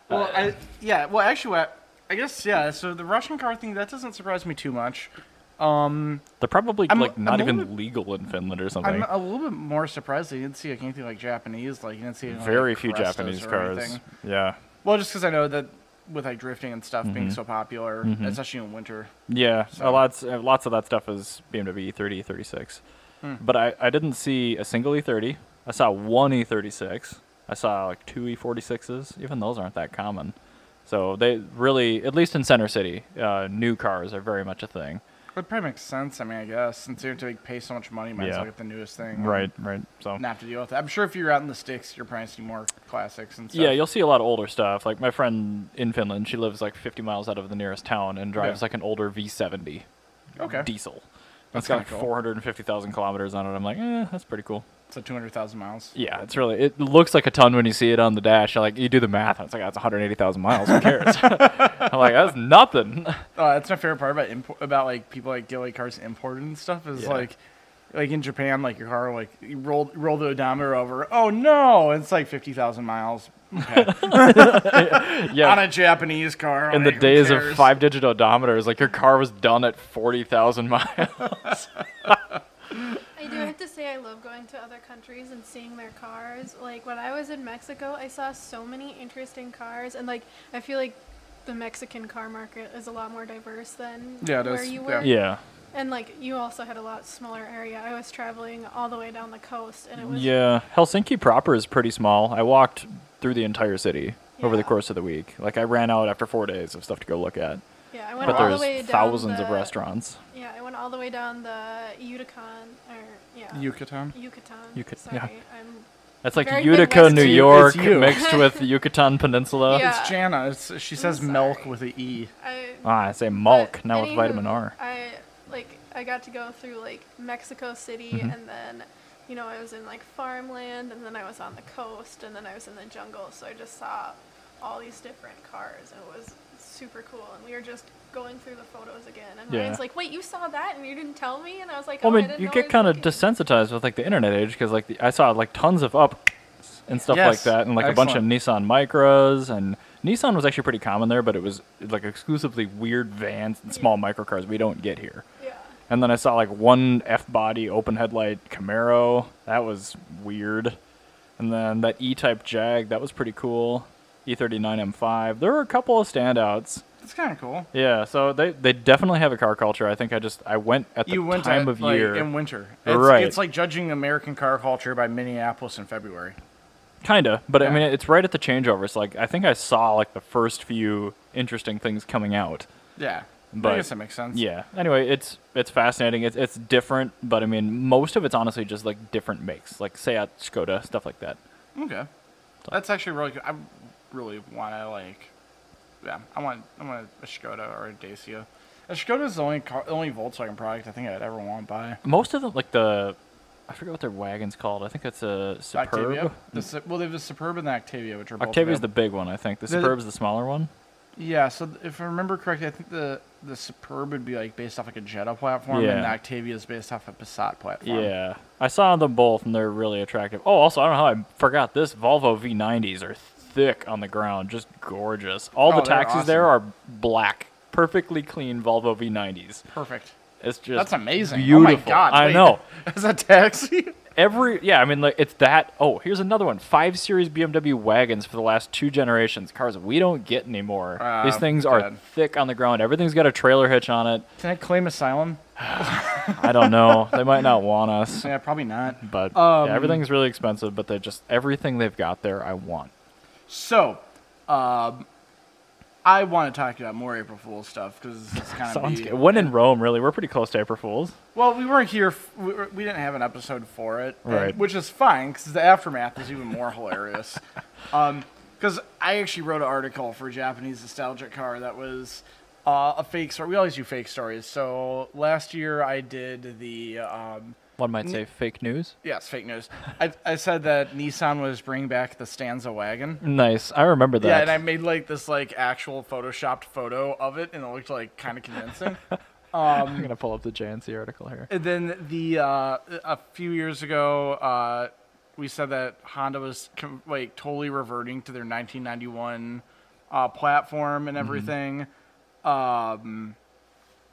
S2: Well, I, yeah. Well, actually, I, I guess yeah. So the Russian car thing that doesn't surprise me too much.
S1: They're probably
S2: I'm-
S1: like not
S2: I'm a
S1: even
S2: little-
S1: legal in Finland or something.
S2: I'm a little bit more surprised they didn't see like anything like Japanese. Like you didn't see any, like,
S1: Very few
S2: Crestas
S1: Japanese
S2: or
S1: cars.
S2: anything.
S1: Yeah,
S2: Well, just because I know that with like drifting and stuff
S1: Mm-hmm.
S2: being so popular, especially in winter.
S1: yeah.
S2: So-
S1: A lots, uh, lots of that stuff is BMW E30, E36. E
S2: Hmm.
S1: But I, I didn't see a single E30. I saw one E36. I saw like two E46s. Even those aren't that common. So they really, at least in Center City, uh, new cars are very much a thing.
S2: It probably makes sense. I mean, I guess since you have to like, pay so much money, might as
S1: Yeah.
S2: well get the newest thing. and
S1: Right, right. So
S2: Not have to deal with it. I'm sure if you're out in the sticks, you're probably seeing more classics and stuff.
S1: Yeah, you'll see a lot of older stuff. Like my friend in Finland, she lives like 50 miles out of the nearest town and drives
S2: Yeah.
S1: like an older V70
S2: Okay.
S1: diesel. That's
S2: That's
S1: got
S2: kinda
S1: like
S2: cool.
S1: 450,000 kilometers on it. I'm like, eh, that's pretty cool.
S2: So 200,000 miles.
S1: Yeah, it's really. It looks like a ton when you see it on the dash. Like you do the math, and it's like that's 180,000 miles. Who cares? I'm like, that's nothing.
S2: Uh, that's my favorite part about import, about like people like get like cars imported and stuff is
S1: Yeah.
S2: like like in Japan like your car like you roll roll the odometer over oh no it's like fifty thousand miles okay. on
S1: Yeah.
S2: a Japanese car
S1: In the
S2: like, who
S1: days of
S2: cares?
S1: five-digit odometers, like your car was done at 40,000 miles.
S3: I do have to say I love going to other countries and seeing their cars. Like when I was in Mexico, I saw so many interesting cars and like I feel like the Mexican car market is a lot more diverse than
S2: Yeah, it
S3: where
S2: is.
S3: you
S2: Yeah.
S3: were.
S1: yeah.
S3: And like you also had a lot smaller area. I was traveling all the way down the coast and it was
S1: Yeah, Helsinki proper is pretty small. I walked through the entire city over the
S3: Yeah.
S1: course of the week. Like I ran out after four days of stuff to go look at.
S3: yeah, I went
S1: But
S3: all the way
S1: there's
S3: down
S1: thousands of
S3: the-
S1: restaurants.
S3: Yeah, I went all the way down the Yukon or yeah.
S2: Yucatan
S3: Yucatan.
S1: Yucat-
S3: Sorry.
S1: yeah.
S3: I'm
S1: It's like
S3: Very
S1: Utica,
S3: Midwest-
S1: New
S3: It's
S2: you-
S1: York,
S2: it's you.
S1: mixed with Yucatan Peninsula.
S3: Yeah.
S2: it's Jana it's, she says
S3: sorry.
S2: milk with a e
S3: I
S1: Ah, I say milk
S3: But
S1: now with
S3: anywho,
S1: vitamin R.
S3: I like I got to go through like Mexico City
S1: Mm-hmm.
S3: and then you know I was in like farmland and then I was on the coast and then I was in the jungle so I just saw all these different cars and it was super cool and we were just going through the photos again and
S1: Yeah.
S3: Ryan's like wait you saw that and you didn't tell me and I was like
S1: Well,
S3: oh,
S1: I
S3: I
S1: mean,
S3: didn't
S1: you
S3: know
S1: get
S3: I was
S1: kind of
S3: looking."
S1: desensitized with like the internet age because like the, I saw like tons of up and stuff
S2: Yes,
S1: like that, and like a bunch of Nissan Micras and Nissan was actually pretty common there, but it was like exclusively weird vans and small microcars we don't get here.
S3: yeah
S1: And then I saw like one F body open headlight Camaro. That was weird. And then that E type Jag, that was pretty cool. E E39 M5. There were a couple of standouts.
S2: it's kind of cool
S1: Yeah, so they, they definitely have a car culture. I think I just I went at the
S2: you went
S1: time
S2: to,
S1: of
S2: like,
S1: year.
S2: in winter it's,
S1: Right.
S2: it's like judging American car culture by Minneapolis in February
S1: Kinda, but I
S2: Yeah.
S1: mean it's right at the changeover. So like I think I saw like the first few interesting things coming out.
S2: yeah I
S1: But-
S2: guess that makes sense
S1: Yeah. Anyway, it's it's fascinating. It's it's different, but I mean most of it's honestly just like different makes, like Seat, Skoda, stuff like that.
S2: Okay, that's actually really. good. I really want to like. Yeah, I want I want a Skoda or a Dacia. A Skoda is the only car, the only Volkswagen product I think I'd ever want to buy.
S1: Most of them, like the, I forget what their wagon's called. I think it's a Superb.
S2: Octavia. The, Su- well, they have the Superb and the Octavia, which are both
S1: Octavia's the
S2: available.
S1: big one, I think. The
S2: The-
S1: Superb's the smaller one.
S2: yeah. So th- if I remember correctly, I think the the Superb would be like based off like a Jetta platform,
S1: Yeah.
S2: and the Octavia is based off a Passat platform.
S1: Yeah, I saw them both, and they're really attractive. Oh, also, I don't know how I forgot this. Volvo V90s are thick on the ground, just gorgeous. All
S2: Oh,
S1: the
S2: they're
S1: taxis there are
S2: awesome.
S1: black, perfectly clean Volvo V90s.
S2: perfect.
S1: It's just
S2: That's amazing.
S1: Beautiful.
S2: Oh my god!
S1: I
S2: wait,
S1: know.
S2: Is that taxi?
S1: every yeah, I mean like it's that. Oh, here's another one. Five series BMW wagons for the last two generations. Cars we don't get anymore.
S2: Ah,
S1: These things are
S2: God.
S1: thick on the ground. Everything's got a trailer hitch on it.
S2: Can I claim asylum?
S1: I don't know. they might not want us,
S2: Yeah, probably not.
S1: but
S2: Um,
S1: yeah, everything's really expensive. But they just everything they've got there, I want.
S2: So, um, I want to talk about more April Fool's stuff because it's kind of
S1: Sounds good. When in Rome, really, we're pretty close to April Fools.
S2: Well, we weren't here. F- we, were- we didn't have an episode for it, and-
S1: Right.
S2: Which is fine because the aftermath is even more hilarious. Because I actually wrote an article for Japanese nostalgic car that was uh, a fake story. We always do fake stories. So last year I did the um,
S1: One might say fake news.
S2: yes fake news. I, I said that Nissan was bringing back the Stanza wagon.
S1: Nice. I remember that.
S2: Yeah, and I made like this like actual photoshopped photo of it, and it looked like kind of convincing.
S1: I'm gonna pull up the JNC article here.
S2: And then the uh, a few years ago, uh, we said that Honda was com- like totally reverting to their 1991 uh, platform and everything. Um,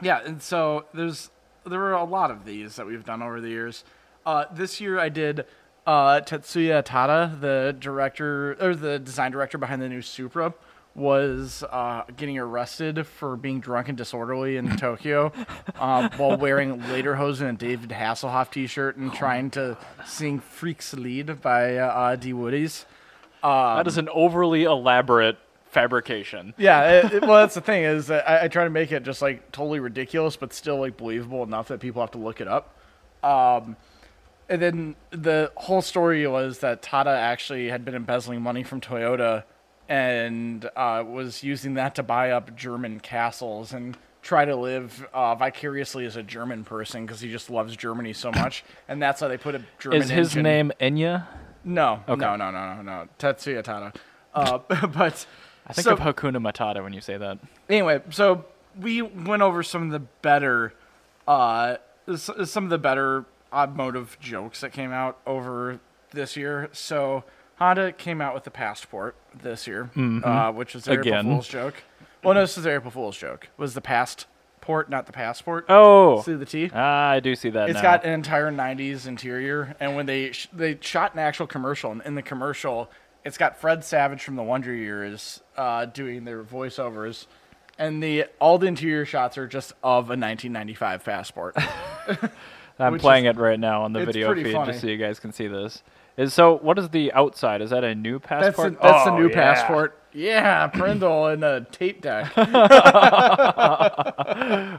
S2: yeah, and so there's there were a lot of these that we've done over the years. Uh, this year, I did uh, Tetsuya Tada, the director or the design director behind the new Supra. Was uh, getting arrested for being drunk and disorderly in Tokyo um, while wearing Lederhosen and David Hasselhoff t shirt and trying to sing Freaks Lead by uh, uh, D. Woody's. Um,
S1: that is an overly elaborate fabrication.
S2: Yeah, it, it- well, that's the thing is that I, I try to make it just like totally ridiculous, but still like believable enough that people have to look it up. Um, and then the whole story was that Tata actually had been embezzling money from Toyota and uh, was using that to buy up German castles and try to live uh, vicariously as a German person because he just loves Germany so much, and that's how they put a German.
S1: Is his
S2: engine-
S1: name Enya?
S2: No, no, no, no, no, no. Tetsuya Tata. Uh, but
S1: I think
S2: so,
S1: of Hakuna Matata when you say that.
S2: anyway, so we went over some of the better, uh, s- some of the better automotive jokes that came out over this year. So Honda came out with the passport this year, uh, which was
S1: Mm-hmm.
S2: their
S1: Again.
S2: April Fool's joke. Well, no, this is their April Fool's joke. Was the passport, not the passport?
S1: Oh,
S2: see the T.
S1: ah, I do see that.
S2: It's
S1: now.
S2: got an entire '90s interior, and when they sh- they shot an actual commercial, and in the commercial, it's got Fred Savage from The Wonder Years uh, doing their voiceovers, and the all the interior shots are just of a 1995 passport.
S1: I'm
S2: which
S1: playing it right now on the
S2: it's
S1: video
S2: pretty
S1: feed
S2: funny.
S1: just so you guys can see this. Is so what is the outside? Is that a new
S2: That's the,
S1: passport?
S2: that's the
S1: Oh,
S2: new
S1: yeah.
S2: passport. Yeah, Prindle and a tape deck.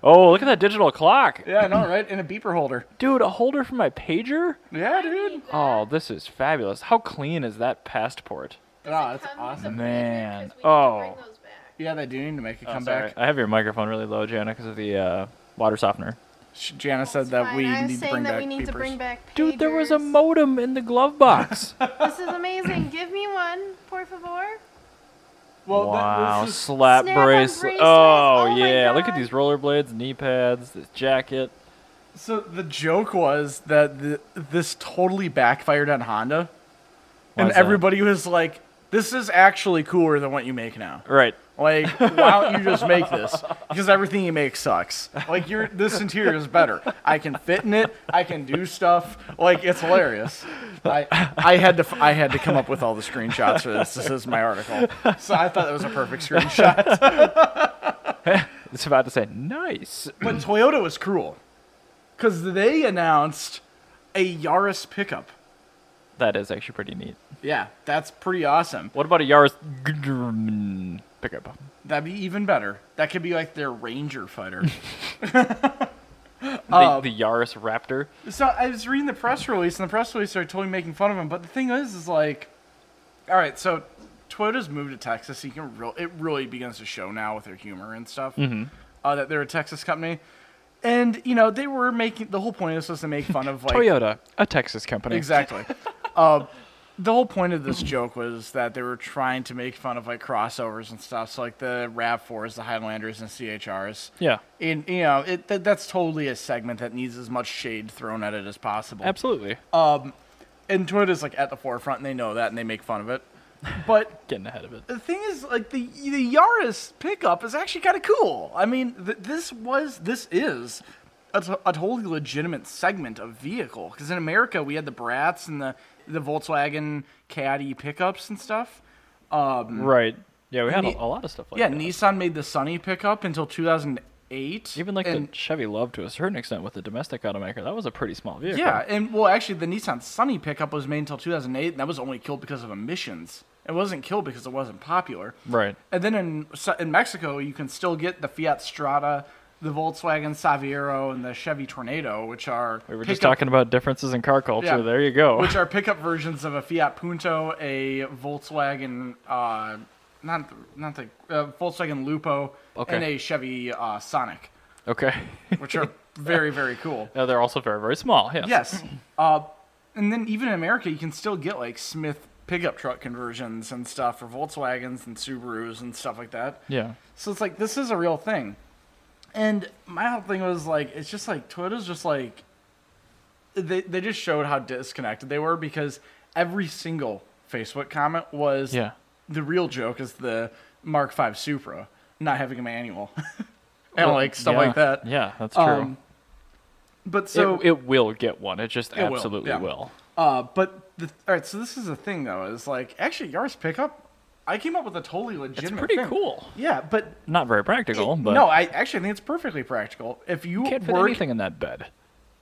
S1: Oh, look at that digital clock.
S2: Yeah, I know, right? And a beeper holder.
S1: Dude, a holder for my pager?
S2: Yeah, dude.
S1: Oh, this is fabulous. How clean is that passport?
S2: Ah, that's awesome.
S1: Man. Oh.
S2: Yeah, they do need to make a
S1: I'm
S2: comeback.
S1: Oh, sorry. I have your microphone really low, Jana, because of the uh, water softener.
S2: Sh Jana said that we
S3: I was
S2: need to
S3: saying
S2: bring
S3: that
S2: back
S3: we need
S2: beepers.
S3: to bring back
S1: Dude, there was a
S3: pagers.
S1: modem in the glove box.
S3: This is amazing. Give me one, por favor.
S2: well, th-
S1: wow,
S2: this is-
S1: slap
S3: Snap-on
S1: bracelet.
S3: bracelets.
S1: Oh,
S3: Oh my
S1: yeah, look at
S3: God.
S1: these rollerblades, knee pads, this jacket.
S2: So the joke was that th this totally backfired on Honda,
S1: Why
S2: and
S1: is that?
S2: everybody was like, "This is actually cooler than what you make now.
S1: Right.
S2: Like, why don't you just make this? Because everything you make sucks. Like, your this interior is better. I can fit in it. I can do stuff. Like, it's hilarious. I I had to f- I had to come up with all the screenshots for this. This is my article. So I thought that was a perfect screenshot.
S1: It's about to say, nice.
S2: But Toyota was cruel, because they announced a Yaris pickup.
S1: That is actually pretty neat.
S2: Yeah, that's pretty awesome.
S1: What about a Yaris pickup?
S2: That'd be even better. That could be like their Ranger fighter.
S1: The,
S2: Uh,
S1: the Yaris Raptor?
S2: so I was reading the press release, and the press release started totally making fun of him. But the thing is, is like, all right, so Toyota's moved to Texas. You can real it really begins to show now with their humor and stuff uh, that they're a Texas company. And you know they were making the whole point of this was to make fun of like
S1: Toyota, a Texas company.
S2: Exactly. uh, the whole point of this joke was that they were trying to make fun of like crossovers and stuff, so like the Rav4s, the Highlanders, and CHRs.
S1: Yeah,
S2: And you know, it th- that's totally a segment that needs as much shade thrown at it as possible.
S1: absolutely.
S2: Uh, And Toyota's like at the forefront, and they know that, and they make fun of it. But
S1: Getting ahead of it.
S2: the thing is, like the the Yaris pickup is actually kind of cool. I mean, th- this was this is a, t- a totally legitimate segment of vehicle. Because in America, we had the Bratz and the, the Volkswagen Caddy pickups and stuff. Um,
S1: Right. Yeah, we had
S2: Ni-
S1: a, a lot of stuff like
S2: yeah,
S1: that.
S2: Nissan made the Sunny pickup until 2008.
S1: Even like
S2: and-
S1: the Chevy Love to a certain extent with the domestic automaker, that was a pretty small vehicle.
S2: Yeah, and well, actually, the Nissan Sunny pickup was made until 2008, and that was only killed because of emissions. It wasn't killed because it wasn't popular.
S1: Right.
S2: And then in so- in Mexico, you can still get the Fiat Strada, the Volkswagen Saviero, and the Chevy Tornado, which are
S1: We were just
S2: pickup-
S1: talking about differences in car culture.
S2: yeah,
S1: There you go.
S2: which are pickup versions of a Fiat Punto, a Volkswagen, uh, not the- not the uh, Volkswagen Lupo,
S1: Okay.
S2: and a Chevy uh, Sonic,
S1: okay.
S2: which are very very cool.
S1: Yeah, they're also very, very small. Yes.
S2: Yes. Uh, and then even in America, you can still get like Smith pickup truck conversions and stuff for Volkswagens and Subarus and stuff like that.
S1: Yeah.
S2: So it's like this is a real thing. And my whole thing was like it's just like Toyota's just like they they just showed how disconnected they were because every single Facebook comment was
S1: Yeah.
S2: the real joke is the Mark V Supra not having a manual and like stuff
S1: yeah.
S2: like that.
S1: Yeah, that's true.
S2: Um, but so
S1: it, it will get one. It just
S2: will,
S1: absolutely
S2: yeah.
S1: will.
S2: Uh, but the, all right, so this is the thing though. Is like actually Yaris pickup. I came up with a totally
S1: It's
S2: legitimate.
S1: pretty
S2: thing.
S1: cool.
S2: Yeah, but
S1: Not very practical, but
S2: no, I actually think it's perfectly practical. If you
S1: can't fit
S2: work,
S1: anything in that bed.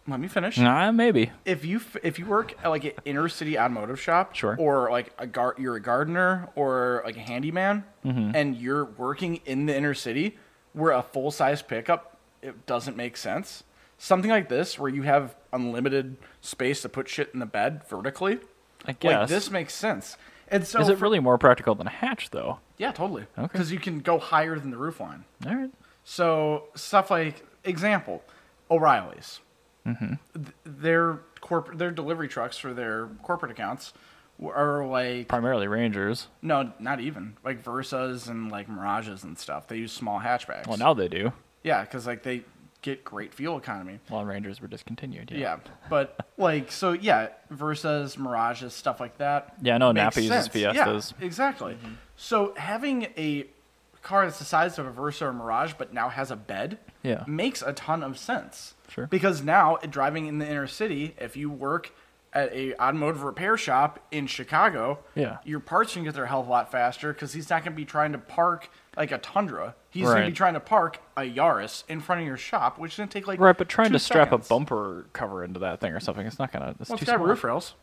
S2: let me finish.
S1: Nah, maybe.
S2: If you f- if you work at like an inner city automotive shop,
S1: Sure.
S2: or like a gar- you're a gardener or like a handyman, and you're working in the inner city, where a full size pickup it doesn't make sense. Something like this, where you have unlimited space to put shit in the bed vertically,
S1: I guess.
S2: like this makes sense. And so,
S1: Is it
S2: for-
S1: really more practical than a hatch, though?
S2: yeah, totally.
S1: Okay.
S2: Because you can go higher than the roof line.
S1: All right.
S2: So stuff like example, O'Reilly's.
S1: Mm-hmm.
S2: Th- their corporate, their delivery trucks for their corporate accounts w- are like
S1: Primarily Rangers.
S2: no, not even like Versas and like Mirages and stuff. They use small hatchbacks.
S1: Well, now they do.
S2: yeah, because like they get great fuel economy.
S1: Well, Rangers were discontinued. Yeah.
S2: Yeah, but like so, yeah, Versas, Mirages, stuff like that.
S1: Yeah, I know
S2: makes
S1: Napa uses
S2: sense.
S1: Fiestas.
S2: Yeah, exactly. So having a car that's the size of a Versa or Mirage, but now has a bed,
S1: Yeah.
S2: makes a ton of sense.
S1: Sure.
S2: Because now driving in the inner city, if you work at a automotive repair shop in Chicago,
S1: Yeah.
S2: your parts can get there a hell of a lot faster because he's not going to be trying to park like a Tundra. He's going
S1: Right.
S2: to be trying to park a Yaris in front of your shop, which is going to take like
S1: Right, but trying
S2: two
S1: to strap
S2: seconds.
S1: a bumper cover into that thing or something, it's not gonna. It's
S2: Well,
S1: too
S2: it's got
S1: small.
S2: roof rails.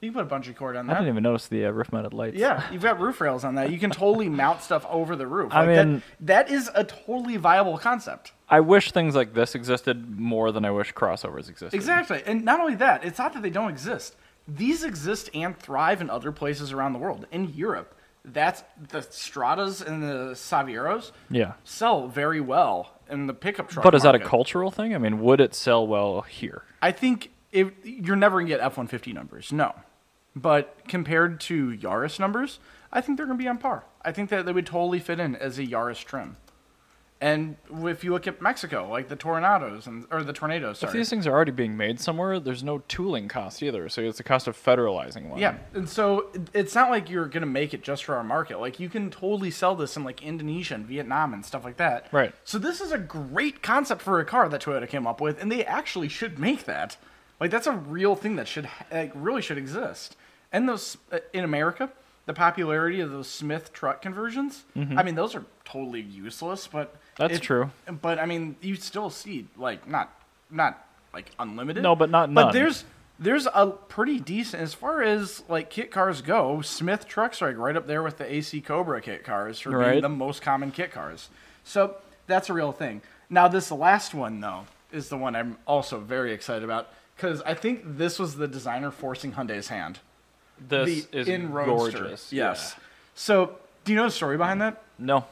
S2: You can put a bungee cord on
S1: I
S2: that.
S1: didn't even notice the uh, roof mounted lights.
S2: Yeah, you've got roof rails on that. You can totally mount stuff over the roof.
S1: I
S2: Like that-
S1: mean-
S2: that is a totally viable concept.
S1: I wish things like this existed more than I wish crossovers existed.
S2: Exactly. And not only that, it's not that they don't exist. These exist and thrive in other places around the world. In Europe, that's the Stratas and the Savieros
S1: Yeah.
S2: sell very well in the pickup truck.
S1: But is that a
S2: market.
S1: cultural thing? I mean, would it sell well here?
S2: I think if you're never gonna get F one fifty numbers, no. But compared to Yaris numbers, I think they're gonna be on par. I think that they would totally fit in as a Yaris trim. And if you look at Mexico, like the tornadoes and or the tornadoes,
S1: If
S2: sorry.
S1: these things are already being made somewhere, there's no tooling cost either. So it's the cost of federalizing one.
S2: Yeah, and so it- it's not like you're gonna make it just for our market. Like you can totally sell this in like Indonesia and Vietnam and stuff like that.
S1: Right.
S2: So this is a great concept for a car that Toyota came up with, and they actually should make that. Like that's a real thing that should ha- like really should exist. And those uh, in America, the popularity of those Smith truck conversions. I mean, those are totally useless, but
S1: Mm-hmm. That's true.
S2: But I mean, you still see like not not like unlimited.
S1: No, but not
S2: But
S1: none.
S2: there's there's a pretty decent as far as like kit cars go. Smith trucks are like right up there with the AC Cobra kit cars for being
S1: Right.
S2: the most common kit cars. So that's a real thing. Now this last one though is the one I'm also very excited about because I think this was the designer forcing Hyundai's hand.
S1: This
S2: the
S1: is
S2: in roadster.
S1: gorgeous.
S2: Yes. So do you know the story behind that?
S1: Yeah. No.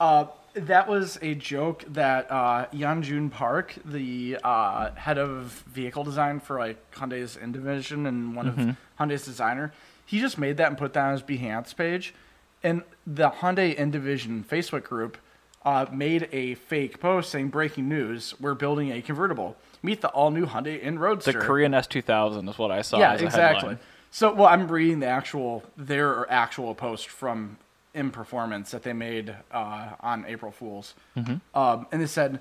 S2: Uh, that was a joke that uh, Yeonjun Park, the uh, head of vehicle design for like Hyundai's N division and one of Hyundai's designer, he just made that and put that on his Behance page, and the Hyundai N division Facebook group uh, made a fake post saying breaking news: we're building a convertible. Meet the all-new Hyundai N
S1: The
S2: Roadster.
S1: Korean S2000 is what I saw.
S2: yeah,
S1: as a
S2: exactly.
S1: Headline.
S2: So, well, I'm reading the actual their actual post from
S1: Mm-hmm.
S2: In Performance that they made uh, on April Fools, um, and they said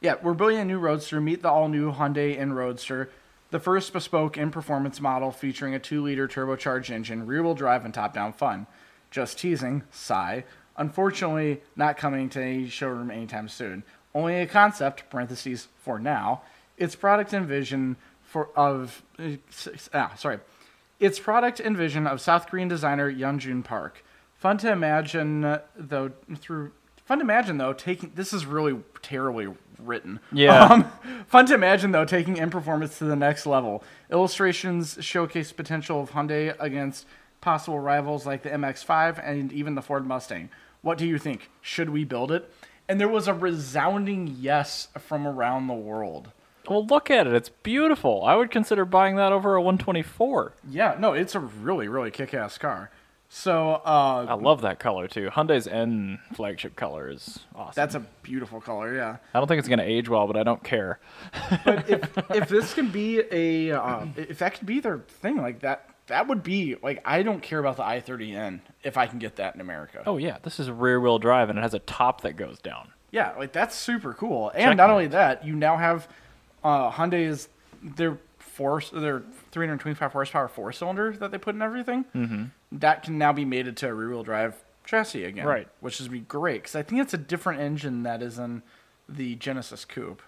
S2: Yeah, we're building a new Roadster. Meet the all-new Hyundai and Roadster, the first bespoke and performance model featuring a two-liter turbocharged engine, rear-wheel drive, and top-down fun. Just teasing, sigh. Unfortunately, not coming to any showroom anytime soon. Only a concept, parentheses, for now. Its product and vision for of uh, s- ah, sorry, its product and vision of South Korean designer Yeonjun Park. Fun to imagine, uh, though. Through fun to imagine, though. Taking this is really terribly written. Um,
S1: Yeah.
S2: fun to imagine, though. Taking in performance to the next level. Illustrations showcase potential of Hyundai against possible rivals like the MX-5 and even the Ford Mustang. What do you think? Should we build it? And there was a resounding yes from around the world.
S1: Well, look at it. It's beautiful. I would consider buying that over a 124.
S2: Yeah, no, it's a really, really kick-ass car. So uh,
S1: I love that color too. Hyundai's N flagship color is awesome.
S2: that's a beautiful color, yeah.
S1: I don't think it's going to age well, but I don't care.
S2: But if if this can be a uh, if that could be their thing, like that that would be like I don't care about the i30N if I can get that in America.
S1: Oh yeah, this is rear wheel drive and it has a top that goes down.
S2: Yeah, like that's super cool. And not only that, you now have uh, Hyundai is their force their 325 horsepower four cylinder that they put in everything. Mm-hmm. That can now be mated to a rear wheel drive chassis again,
S1: Right.
S2: Which is be great because I think it's a different engine that is in the Genesis Coupe.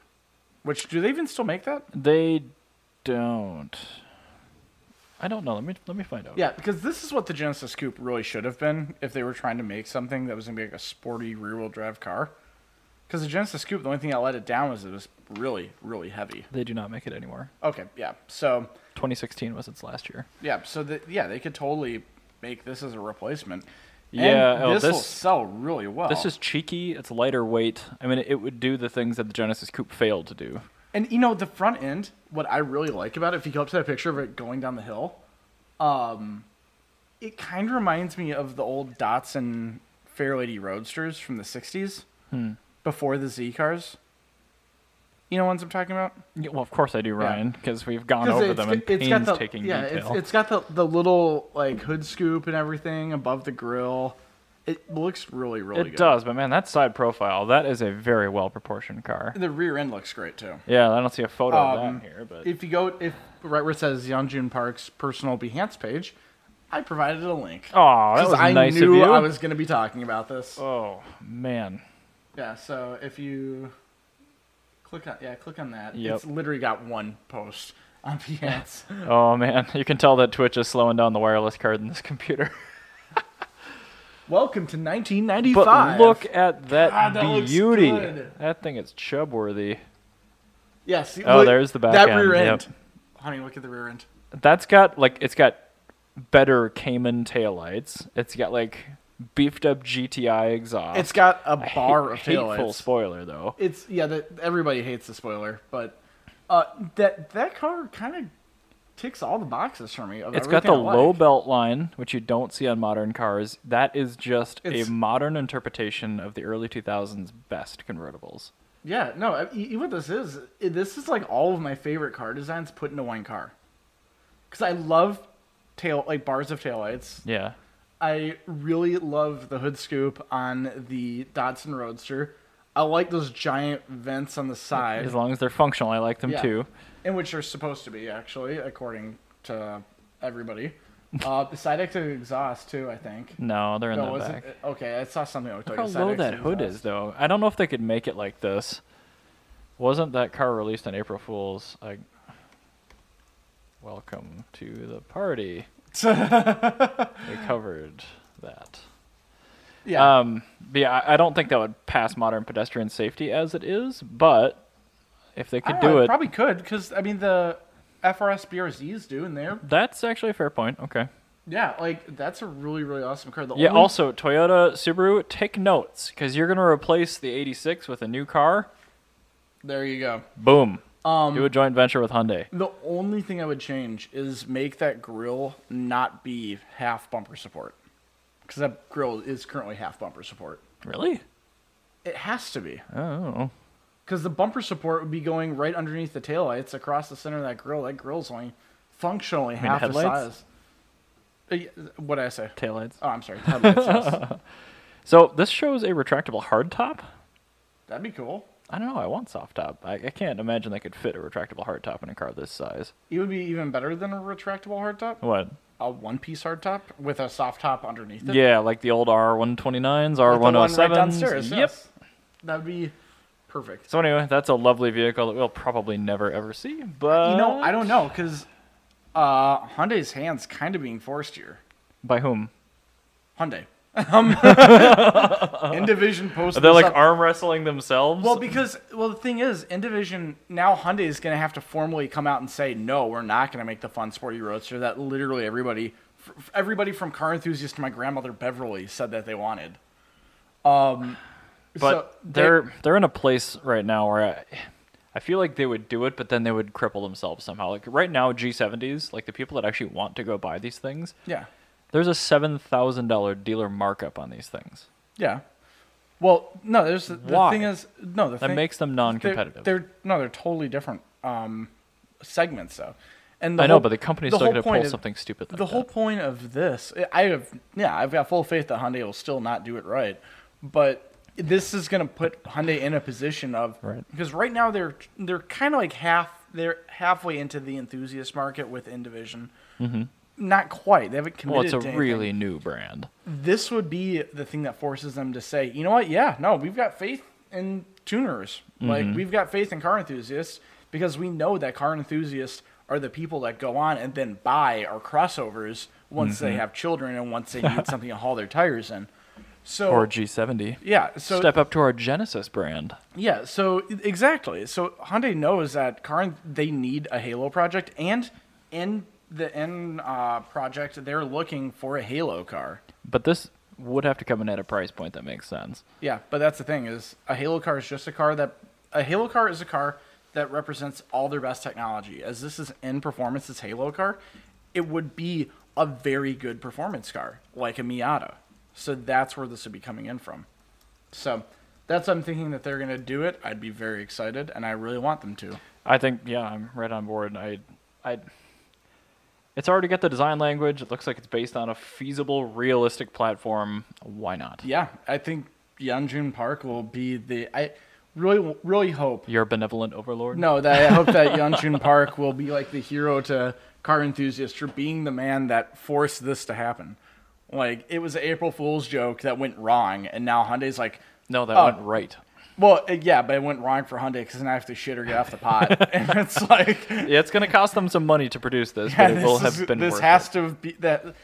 S2: Which do they even still make that?
S1: They don't. I don't know. Let me let me find out.
S2: Yeah, because this is what the Genesis Coupe really should have been if they were trying to make something that was gonna be like a sporty rear wheel drive car. Because the Genesis Coupe, the only thing that let it down was it was really, really heavy.
S1: They do not make it anymore.
S2: Okay, yeah. So
S1: 2016 was its last year.
S2: yeah, so the, yeah, they could totally make this as a replacement.
S1: Yeah,
S2: and
S1: oh,
S2: this, will
S1: this-
S2: sell really well.
S1: This is cheeky. It's lighter weight. I mean, it would do the things that the Genesis Coupe failed to do.
S2: and you know the front end. What I really like about it, if you go up to that picture of it going down the hill, um, it kind of reminds me of the old Datsun Fairlady Roadsters from the '60s,
S1: Hmm.
S2: before the Z cars. You know ones I'm talking about?
S1: Yeah, well, of course I do, Ryan, because we've gone
S2: 'Cause
S1: over
S2: it's
S1: them
S2: g-
S1: in
S2: it's got the-
S1: painstaking
S2: yeah, it's-
S1: detail.
S2: it's got the, the little like hood scoop and everything above the grill. It looks really, really
S1: it
S2: good.
S1: does, but man, that side profile, that is a very well proportioned car.
S2: The rear end looks great too.
S1: Yeah, I don't see a photo of that
S2: Um,
S1: in here, but
S2: If you go if right where it says Yeonjun Park's personal Behance page, I provided a link.
S1: oh, that was
S2: I
S1: nice
S2: knew
S1: of you.
S2: I was going to be talking about this.
S1: oh man,
S2: Yeah, so if you click on yeah, click on that.
S1: Yep.
S2: It's literally got one post on Behance.
S1: oh man, you can tell that Twitch is slowing down the wireless card in this computer.
S2: Welcome to 1995.
S1: But look at that
S2: God, that looks
S1: beauty.
S2: good.
S1: That thing is chub worthy.
S2: Yes. see,
S1: Oh,
S2: look-
S1: there's the back
S2: that
S1: end,
S2: rear
S1: yep.
S2: end. Honey, look at the rear end.
S1: That's got like it's got better Cayman taillights. It's got like beefed up GTI exhaust.
S2: It's got a
S1: I hate-
S2: bar of
S1: hateful
S2: taillights.
S1: spoiler though.
S2: it's yeah, that everybody hates the spoiler, but uh, that that car kind of ticks all the boxes for me. Of
S1: It's got the
S2: everything I
S1: low
S2: like.
S1: belt line, which you don't see on modern cars. That is just
S2: It's-
S1: a modern interpretation of the early 2000s best convertibles.
S2: Yeah, no, I- you you know what this is? It- This is like all of my favorite car designs put into one car. Because I love tail like bars of taillights.
S1: Yeah.
S2: I really love the hood scoop on the Dodson Roadster. I like those giant vents on the side.
S1: As long as they're functional, I like them
S2: Yeah.
S1: too.
S2: in which they're supposed to be actually, according to everybody. Uh, the side exit exhaust too, I think.
S1: No, they're in
S2: No,
S1: the
S2: was
S1: back.
S2: it? Okay, I saw something that looked like
S1: how
S2: a side
S1: low
S2: exit
S1: that hood
S2: exhaust.
S1: is though i don't know if they could make it like this wasn't that car released on april fools like welcome to the party they covered that
S2: Yeah,
S1: um but yeah I, I don't think that would pass modern pedestrian safety as it is but if they
S2: I
S1: could
S2: don't know,
S1: do it
S2: Probably could because I mean the FRS BRZs do, and they're
S1: that's actually a fair point okay
S2: yeah, like that's a really really awesome car. The
S1: yeah
S2: only-
S1: also toyota subaru take notes because you're going to replace the 86 with a new car
S2: there you go.
S1: boom
S2: Um,
S1: do a joint venture with hyundai
S2: the only thing I would change is make that grill not be half bumper support because that grill is currently half bumper support.
S1: really
S2: It has to be.
S1: oh
S2: because the bumper support would be going right underneath the taillights across the center of that grill. That grill's only functionally half the
S1: headlights?
S2: size. Uh, yeah, What did I say?
S1: taillights
S2: Oh, I'm sorry. Headlights. yes.
S1: So this shows a retractable hardtop.
S2: That'd be cool.
S1: I don't know. I want soft top. I, I can't imagine they could fit a retractable hardtop in a car this size.
S2: It would be even better than a retractable hardtop.
S1: What?
S2: A one-piece hardtop with a soft top underneath it.
S1: yeah, like the old R129s,
S2: Like the one right
S1: R107s.
S2: downstairs,
S1: yep.
S2: yes. That would be perfect.
S1: So anyway, that's a lovely vehicle that we'll probably never ever see. But
S2: you know, I don't know because uh, Hyundai's hands kind of being forced here.
S1: by whom?
S2: Hyundai. Um, Indivision post.
S1: Are they
S2: this
S1: like
S2: up.
S1: arm wrestling themselves?
S2: Well, because well, the thing is, Indivision now Hyundai is going to have to formally come out and say, no, we're not going to make the fun sporty roadster that literally everybody, f- everybody from car enthusiast to my grandmother Beverly said that they wanted. Um,
S1: but
S2: so
S1: they're they're in a place right now where I, I feel like they would do it, but then they would cripple themselves somehow. Like right now, G70s, like the people that actually want to go buy these things,
S2: yeah,
S1: there's a seven thousand dollar dealer markup on these things.
S2: yeah. Well, no, there's the
S1: Why?
S2: thing is no the
S1: That
S2: thing,
S1: makes them non-competitive.
S2: They're, they're no, they're totally different um, segments though. And
S1: I know,
S2: whole-
S1: but the company's
S2: the
S1: still
S2: whole
S1: going to pull
S2: point of-
S1: something stupid. Like
S2: the whole
S1: that.
S2: point of this, I have, yeah, I've got full faith that Hyundai will still not do it right, but this is going to put Hyundai in a position of
S1: Right.
S2: because right now they're they're kind of like half they're halfway into the enthusiast market with Indivision, mm-hmm. not quite. They haven't committed.
S1: Well, it's a
S2: to anything.
S1: really new brand.
S2: this would be the thing that forces them to say, you know what? Yeah, no, we've got faith in tuners.
S1: Mm-hmm.
S2: Like we've got faith in car enthusiasts because we know that car enthusiasts are the people that go on and then buy our crossovers once
S1: Mm-hmm.
S2: they have children and once they need something to haul their tires in. So
S1: Or G70.
S2: yeah, so
S1: Step up to our Genesis brand.
S2: yeah, so exactly. So Hyundai knows that car they need a Halo project, and in the N uh, project, they're looking for a Halo car.
S1: But this would have to come in at a price point that makes sense.
S2: Yeah, but that's the thing is a Halo car is just a car that a Halo car is a car that represents all their best technology. As this is in performance, this Halo car, it would be a very good performance car like a Miata. So that's where this would be coming in from. So that's I'm thinking that they're gonna do it. I'd be very excited, and I really want them to.
S1: I think yeah, I'm right on board. I I it's already got the design language. It looks like it's based on a feasible, realistic platform. Why not?
S2: Yeah, I think Yeonjun Park will be the. I really, really hope
S1: Your benevolent overlord.
S2: No, that I hope that Yeonchun Park will be like the hero to car enthusiasts for being the man that forced this to happen. Like it was an April Fool's joke that went wrong, and now Hyundai's like,
S1: No, that
S2: Oh.
S1: went right.
S2: well, uh, yeah, but it went wrong for Hyundai because then I have to shit or get off the pot, and it's like,
S1: Yeah, it's gonna cost them some money to produce this,
S2: yeah,
S1: but it will
S2: this,
S1: have
S2: is-
S1: been
S2: this
S1: worth
S2: has
S1: it.
S2: to be that.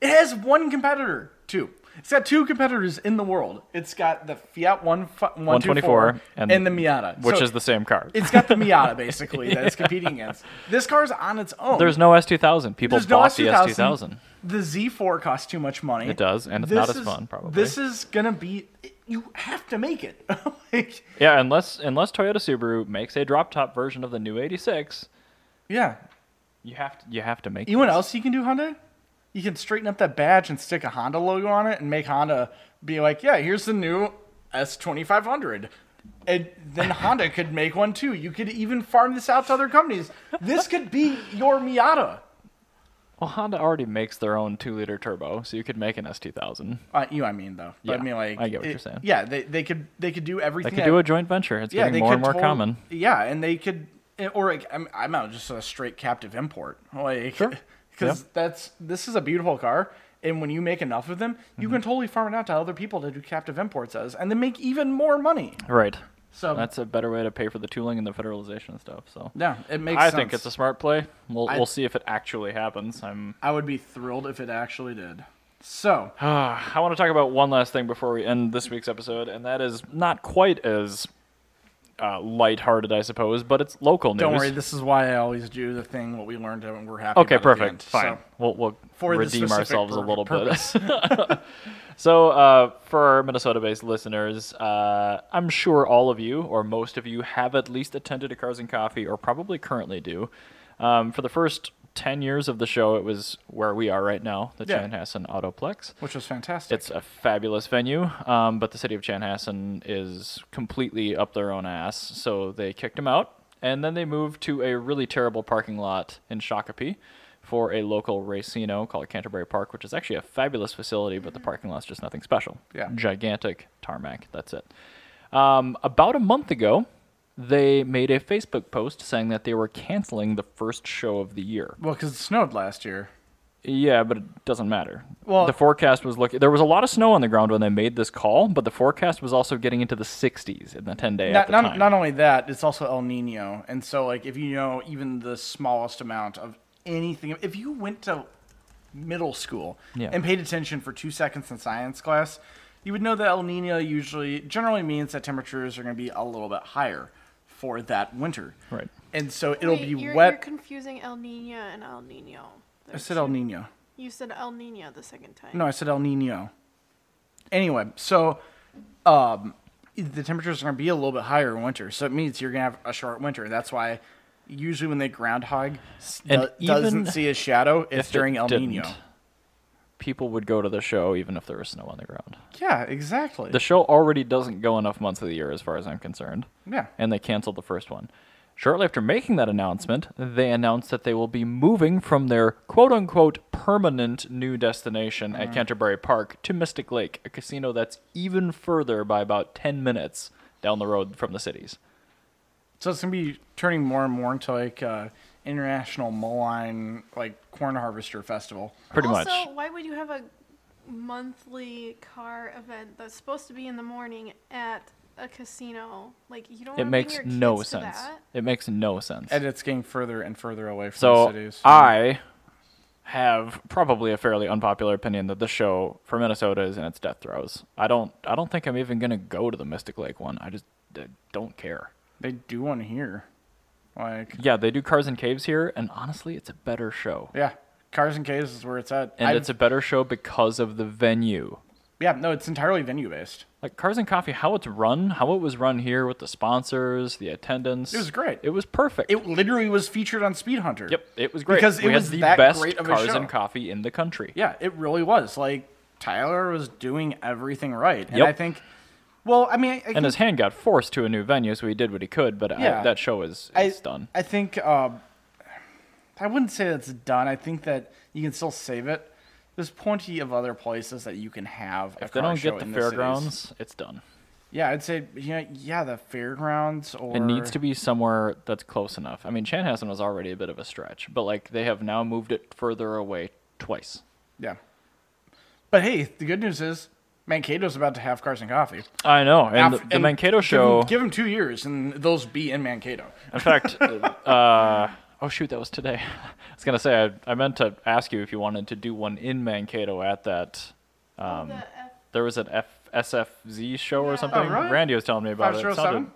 S2: It has one competitor, two. It's got two competitors in the world. It's got the Fiat one one twenty
S1: 124
S2: four
S1: and-
S2: and, the Miata,
S1: which
S2: So
S1: is the same car.
S2: It's got the Miata basically that it's competing against. This car's on its own.
S1: There's no S2000. People
S2: There's no
S1: bought the
S2: S2000.
S1: S2000.
S2: The Z4 costs too much money.
S1: It does, and it's
S2: This
S1: not as
S2: is-
S1: fun, probably.
S2: This is gonna be. You have to make it. like,
S1: Yeah, unless unless Toyota Subaru makes a drop top version of the new 86,
S2: yeah.
S1: you have to you have to make.
S2: You know what
S1: this.
S2: else you can do, Honda? You can straighten up that badge and stick a Honda logo on it, and make Honda be like, "Yeah, here's the new S2500." And then Honda could make one too. You could even farm this out to other companies. This could be your Miata.
S1: Well, Honda already makes their own two liter turbo, so you could make an S2000.
S2: Uh, you, know what I mean, though. But
S1: Yeah,
S2: I mean, like,
S1: I get what
S2: it-
S1: you're saying.
S2: Yeah, they, they could they could do
S1: They
S2: everything.
S1: could
S2: that-
S1: do a joint venture. It's getting
S2: they
S1: more and
S2: could
S1: more
S2: tot-
S1: common.
S2: Yeah, and they could, eh, or like, I'm, I'm out just a straight captive import, like, because that's this is a beautiful car, and when you make enough of them, you
S1: Mm-hmm.
S2: can totally farm it out to other people to do captive imports as, and then make even more money.
S1: Right.
S2: So
S1: That's a better way to pay for the tooling and the federalization and stuff. So
S2: yeah, it makes.
S1: I
S2: sense.
S1: think it's a smart play. We'll
S2: I-
S1: we'll see if it actually happens. I'm.
S2: I would be thrilled if it actually did. So
S1: I want to talk about one last thing before we end this week's episode, and that is not quite as uh, lighthearted, I suppose, but it's local news.
S2: don't worry, this is why I always do the thing what we learned and we're happy.
S1: Okay,
S2: about at the
S1: perfect.
S2: end.
S1: Fine.
S2: So,
S1: we'll we'll
S2: For the
S1: redeem
S2: specific
S1: ourselves a
S2: pur-
S1: little bit. so, uh, for our Minnesota based listeners, uh, I'm sure all of you, or most of you, have at least attended a Cars and Coffee, or probably currently do. Um, for the first 10 years of the show, it was where we are right now, the
S2: Yeah.
S1: Chanhassen Autoplex.
S2: which was fantastic.
S1: It's a fabulous venue, um, but the city of Chanhassen is completely up their own ass, so they kicked him out, and then they moved to a really terrible parking lot in Shakopee for a local racino called Canterbury Park, which is actually a fabulous facility, but the parking lot's just nothing special.
S2: Yeah.
S1: Gigantic tarmac, that's it. Um, about a month ago, they made a Facebook post saying that they were canceling the first show of the year.
S2: Well, because it snowed last year.
S1: Yeah, but it doesn't matter.
S2: Well-
S1: the forecast was looking. There was a lot of snow on the ground when they made this call, but the forecast was also getting into the 60s in the 10 day at
S2: Not,
S1: the
S2: not,
S1: time.
S2: not only that, it's also El Nino, and so like if you know even the smallest amount of anything, if you went to middle school
S1: Yeah.
S2: and paid attention for two seconds in science class, you would know that El Nino usually generally means that temperatures are going to be a little bit higher for that winter.
S1: Right.
S2: And so it'll
S3: Wait,
S2: be
S3: you're,
S2: wet.
S3: You're confusing El Nino and El Nino.
S2: I said El Nino.
S3: You said El Nino the second time.
S2: No, I said El Nino. Anyway, so um, the temperatures are going to be a little bit higher in winter, so it means you're going to have a short winter. That's why usually when they groundhog s-
S1: And
S2: do- doesn't
S1: even
S2: see a shadow, it's
S1: If it
S2: during El
S1: didn't,
S2: Nino.
S1: People would go to the show even if there was snow on the ground.
S2: Yeah, exactly.
S1: The show already doesn't go enough months of the year, as far as I'm concerned.
S2: Yeah.
S1: And they canceled the first one. Shortly after making that announcement, they announced that they will be moving from their quote unquote permanent new destination
S3: Mm.
S1: at Canterbury Park to Mystic Lake, a casino that's even further by about 10 minutes down the road from the cities.
S2: so it's going to be turning more and more into like uh, international Moline like corn harvester festival.
S1: Pretty
S3: also,
S1: much.
S3: why would you have a monthly car event that's supposed to be in the morning at a casino? Like you don't.
S1: It
S3: wanna bring
S1: makes
S3: your
S1: no
S3: kids to
S1: sense.
S3: that.
S1: It makes no sense.
S2: And it's getting further and further away from the
S1: So
S2: cities.
S1: I have probably a fairly unpopular opinion that the show for Minnesota is in its death throes. I don't I don't think I'm even going to go to the Mystic Lake one. I just I don't care.
S2: they do one here. Like
S1: Yeah, they do Cars and Caves here and honestly, it's a better show.
S2: Yeah, Cars and Caves is where it's at.
S1: And
S2: I've-
S1: it's a better show because of the venue.
S2: yeah, no, it's entirely venue based.
S1: Like Cars and Coffee, how it's run, how it was run here with the sponsors, the attendance.
S2: It was great.
S1: It was perfect.
S2: It literally was featured on Speed Hunter.
S1: yep, it was great.
S2: Because it
S1: we had
S2: was
S1: the
S2: that
S1: best
S2: great of a
S1: Cars
S2: show.
S1: and Coffee in the country.
S2: Yeah, it really was. Like Tyler was doing everything right, and
S1: Yep.
S2: I think. Well, I mean, I, I
S1: And
S2: think-
S1: his hand got forced to a new venue, so he did what he could. But I,
S2: Yeah.
S1: that show is,
S2: I,
S1: is done.
S2: I think um, I wouldn't say that's done. I think that you can still save it. There's plenty of other places that you can have. a
S1: If they
S2: car
S1: don't
S2: show
S1: get the
S2: in cities.
S1: fairgrounds, it's done.
S2: yeah, I'd say you know, yeah, the fairgrounds or
S1: It needs to be somewhere that's close enough. I mean, Chanhassen was already a bit of a stretch, but like they have now moved it further away twice.
S2: Yeah. But hey, the good news is Mankato's about to have Cars and Coffee.
S1: I know. And
S2: Af-
S1: the, the Mankato
S2: give
S1: show.
S2: him- Give him two years, and those be in Mankato.
S1: In fact, uh, oh shoot, that was today. I was gonna say I, I meant to ask you if you wanted to do one in Mankato at that.
S3: Oh,
S1: Um,
S3: the F-
S1: There was an F, SFZ show or
S3: Yeah.
S1: something.
S2: Oh, really?
S1: Randy was telling me about it. it. sounded-
S2: 507?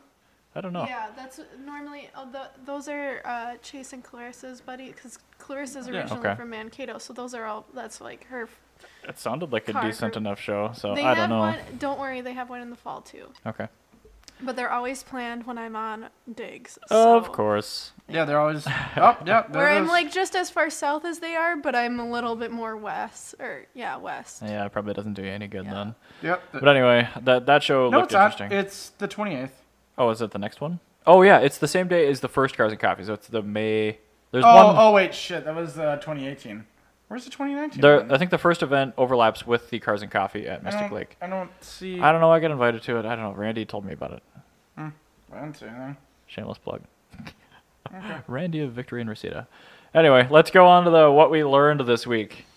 S1: I don't know.
S3: Yeah, that's normally oh, the, those are uh, Chase and Clarissa's buddy because Clarissa's originally
S1: Okay.
S3: from Mankato, so those are all that's like her. f-
S1: It sounded like a
S3: Car
S1: decent
S3: group.
S1: enough show, so
S3: they
S1: Oh, I
S3: have
S1: don't know.
S3: one. Don't worry, they have one in the fall too,
S1: Okay.
S3: but they're always planned when I'm on digs.
S1: Of
S3: so-
S1: course.
S2: Yeah, they're always. Oh, yeah. there
S3: Where
S2: it
S3: I'm
S2: is.
S3: like just as far south as they are, but I'm a little bit more west, or yeah, west.
S1: Yeah, it probably doesn't do you any good
S3: Yeah.
S1: then.
S2: Yep. the-
S1: But anyway, that that show
S2: no,
S1: looked
S2: it's not.
S1: interesting.
S2: It's the 28th.
S1: oh, is it the next one? Oh yeah, it's the same day as the first Cars and Coffee, so it's the May. There's
S2: Oh,
S1: one.
S2: oh, wait, shit. That was uh, 2018. Where's the 2019?
S1: There, I think the first event overlaps with the Cars and Coffee at
S2: I
S1: Mystic
S2: don't-
S1: Lake.
S2: I don't see.
S1: I don't know. I got invited to it. I don't know. Randy told me about it.
S2: I don't see anything.
S1: Shameless plug. Randy of Victory and Reseda. Anyway, let's go on to the what we learned this week.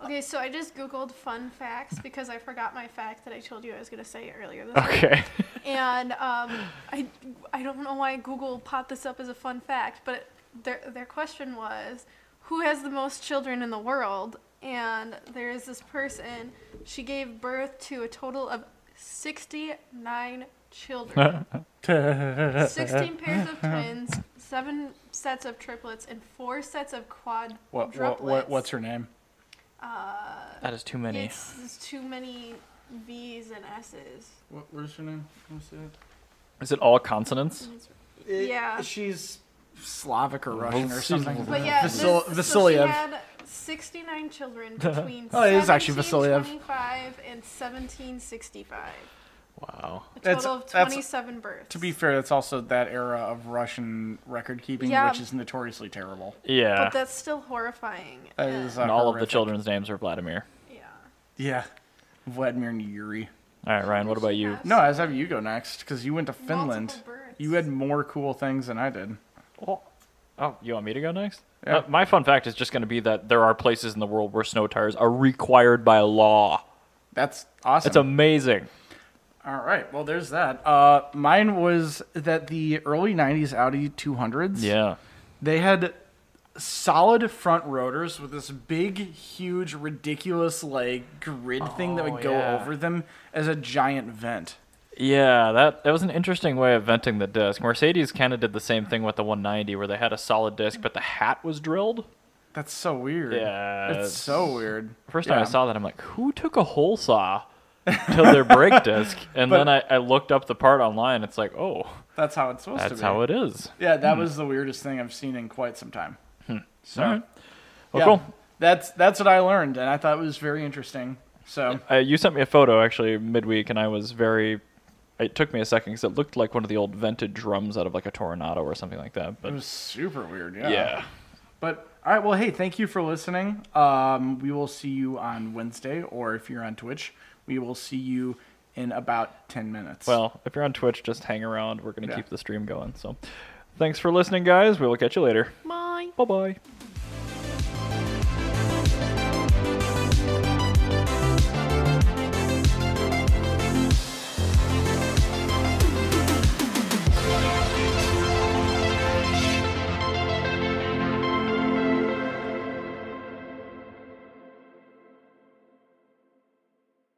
S3: Okay, so I just googled fun facts because I forgot my fact that I told you I was gonna say earlier this week.
S1: Okay.
S3: And um, I, I don't know why Google popped this up as a fun fact, but their, their question was who has the most children in the world? And there is this person, she gave birth to a total of 69 children 16 pairs of twins, seven sets of triplets, and four sets of quadruplets.
S2: What, what, what, what's her name?
S3: Uh,
S1: That is too many.
S3: it's, it's too many V's and S's.
S2: What, where's her name? Let me see it.
S1: Is it all consonants?
S2: It-
S3: Yeah.
S2: She's Slavic or Russian or something.
S3: But yeah, this,
S2: Vasil-
S3: so she
S2: Vasiliev.
S3: had 69 children between
S2: Oh, it is actually Vasiliev.
S3: 1725 and 1765.
S1: Wow.
S3: A
S2: That's-
S3: total of
S2: that's-
S3: 27 births.
S2: To be fair, that's also that era of Russian record keeping,
S3: Yeah.
S2: which is notoriously terrible.
S1: Yeah.
S3: But that's still horrifying.
S2: That
S3: and-
S2: is, uh,
S1: And all of the
S2: horrific.
S1: children's names are Vladimir.
S3: yeah.
S2: Yeah. Vladimir and Yuri.
S1: All right, Ryan, what about you?
S2: No, I was having you go next because you went to Finland.
S3: birds.
S2: You had more cool things than I did.
S1: Well, oh, you want me to go next?
S2: Yeah.
S1: Uh, my fun fact is just going to be that there are places in the world where snow tires are required by law.
S2: That's awesome.
S1: It's amazing.
S2: All right. Well, there's that. Uh, mine was that the early '90s Audi 200s.
S1: Yeah.
S2: They had solid front rotors with this big, huge, ridiculous like grid thing that would go
S1: Oh, yeah.
S2: over them as a giant vent.
S1: Yeah, that that was an interesting way of venting the disc. Mercedes kind of did the same thing with the 190 where they had a solid disc but the hat was drilled.
S2: That's so weird.
S1: Yeah,
S2: It's
S1: it's-
S2: so weird.
S1: First time
S2: Yeah.
S1: I saw that I'm like, who took a hole saw to their brake disc? And
S2: But-
S1: then I, I looked up the part online. It's like, oh,
S2: That's how it's supposed to
S1: that's
S2: be.
S1: how it is.
S2: Yeah, that was the weirdest thing I've seen in quite some time.
S1: Hmm.
S2: So,
S1: All right. Well,
S2: yeah,
S1: cool.
S2: That's that's what I learned, and I thought it was very interesting. So,
S1: Uh, you sent me a photo actually midweek, and I was very. It took me a second because it looked like one of the old vented drums out of like a Toronado or something like that.
S2: it
S1: But
S2: was uh, super weird.
S1: yeah,
S2: But all right, well, hey, thank you for listening. Um, we will see you on Wednesday, or if you're on Twitch, we will see you in about ten minutes.
S1: Well, if you're on Twitch, just hang around. We're gonna
S2: Yeah.
S1: keep the stream going. So, thanks for listening, guys. We will catch you later.
S3: Bye.
S1: Bye bye.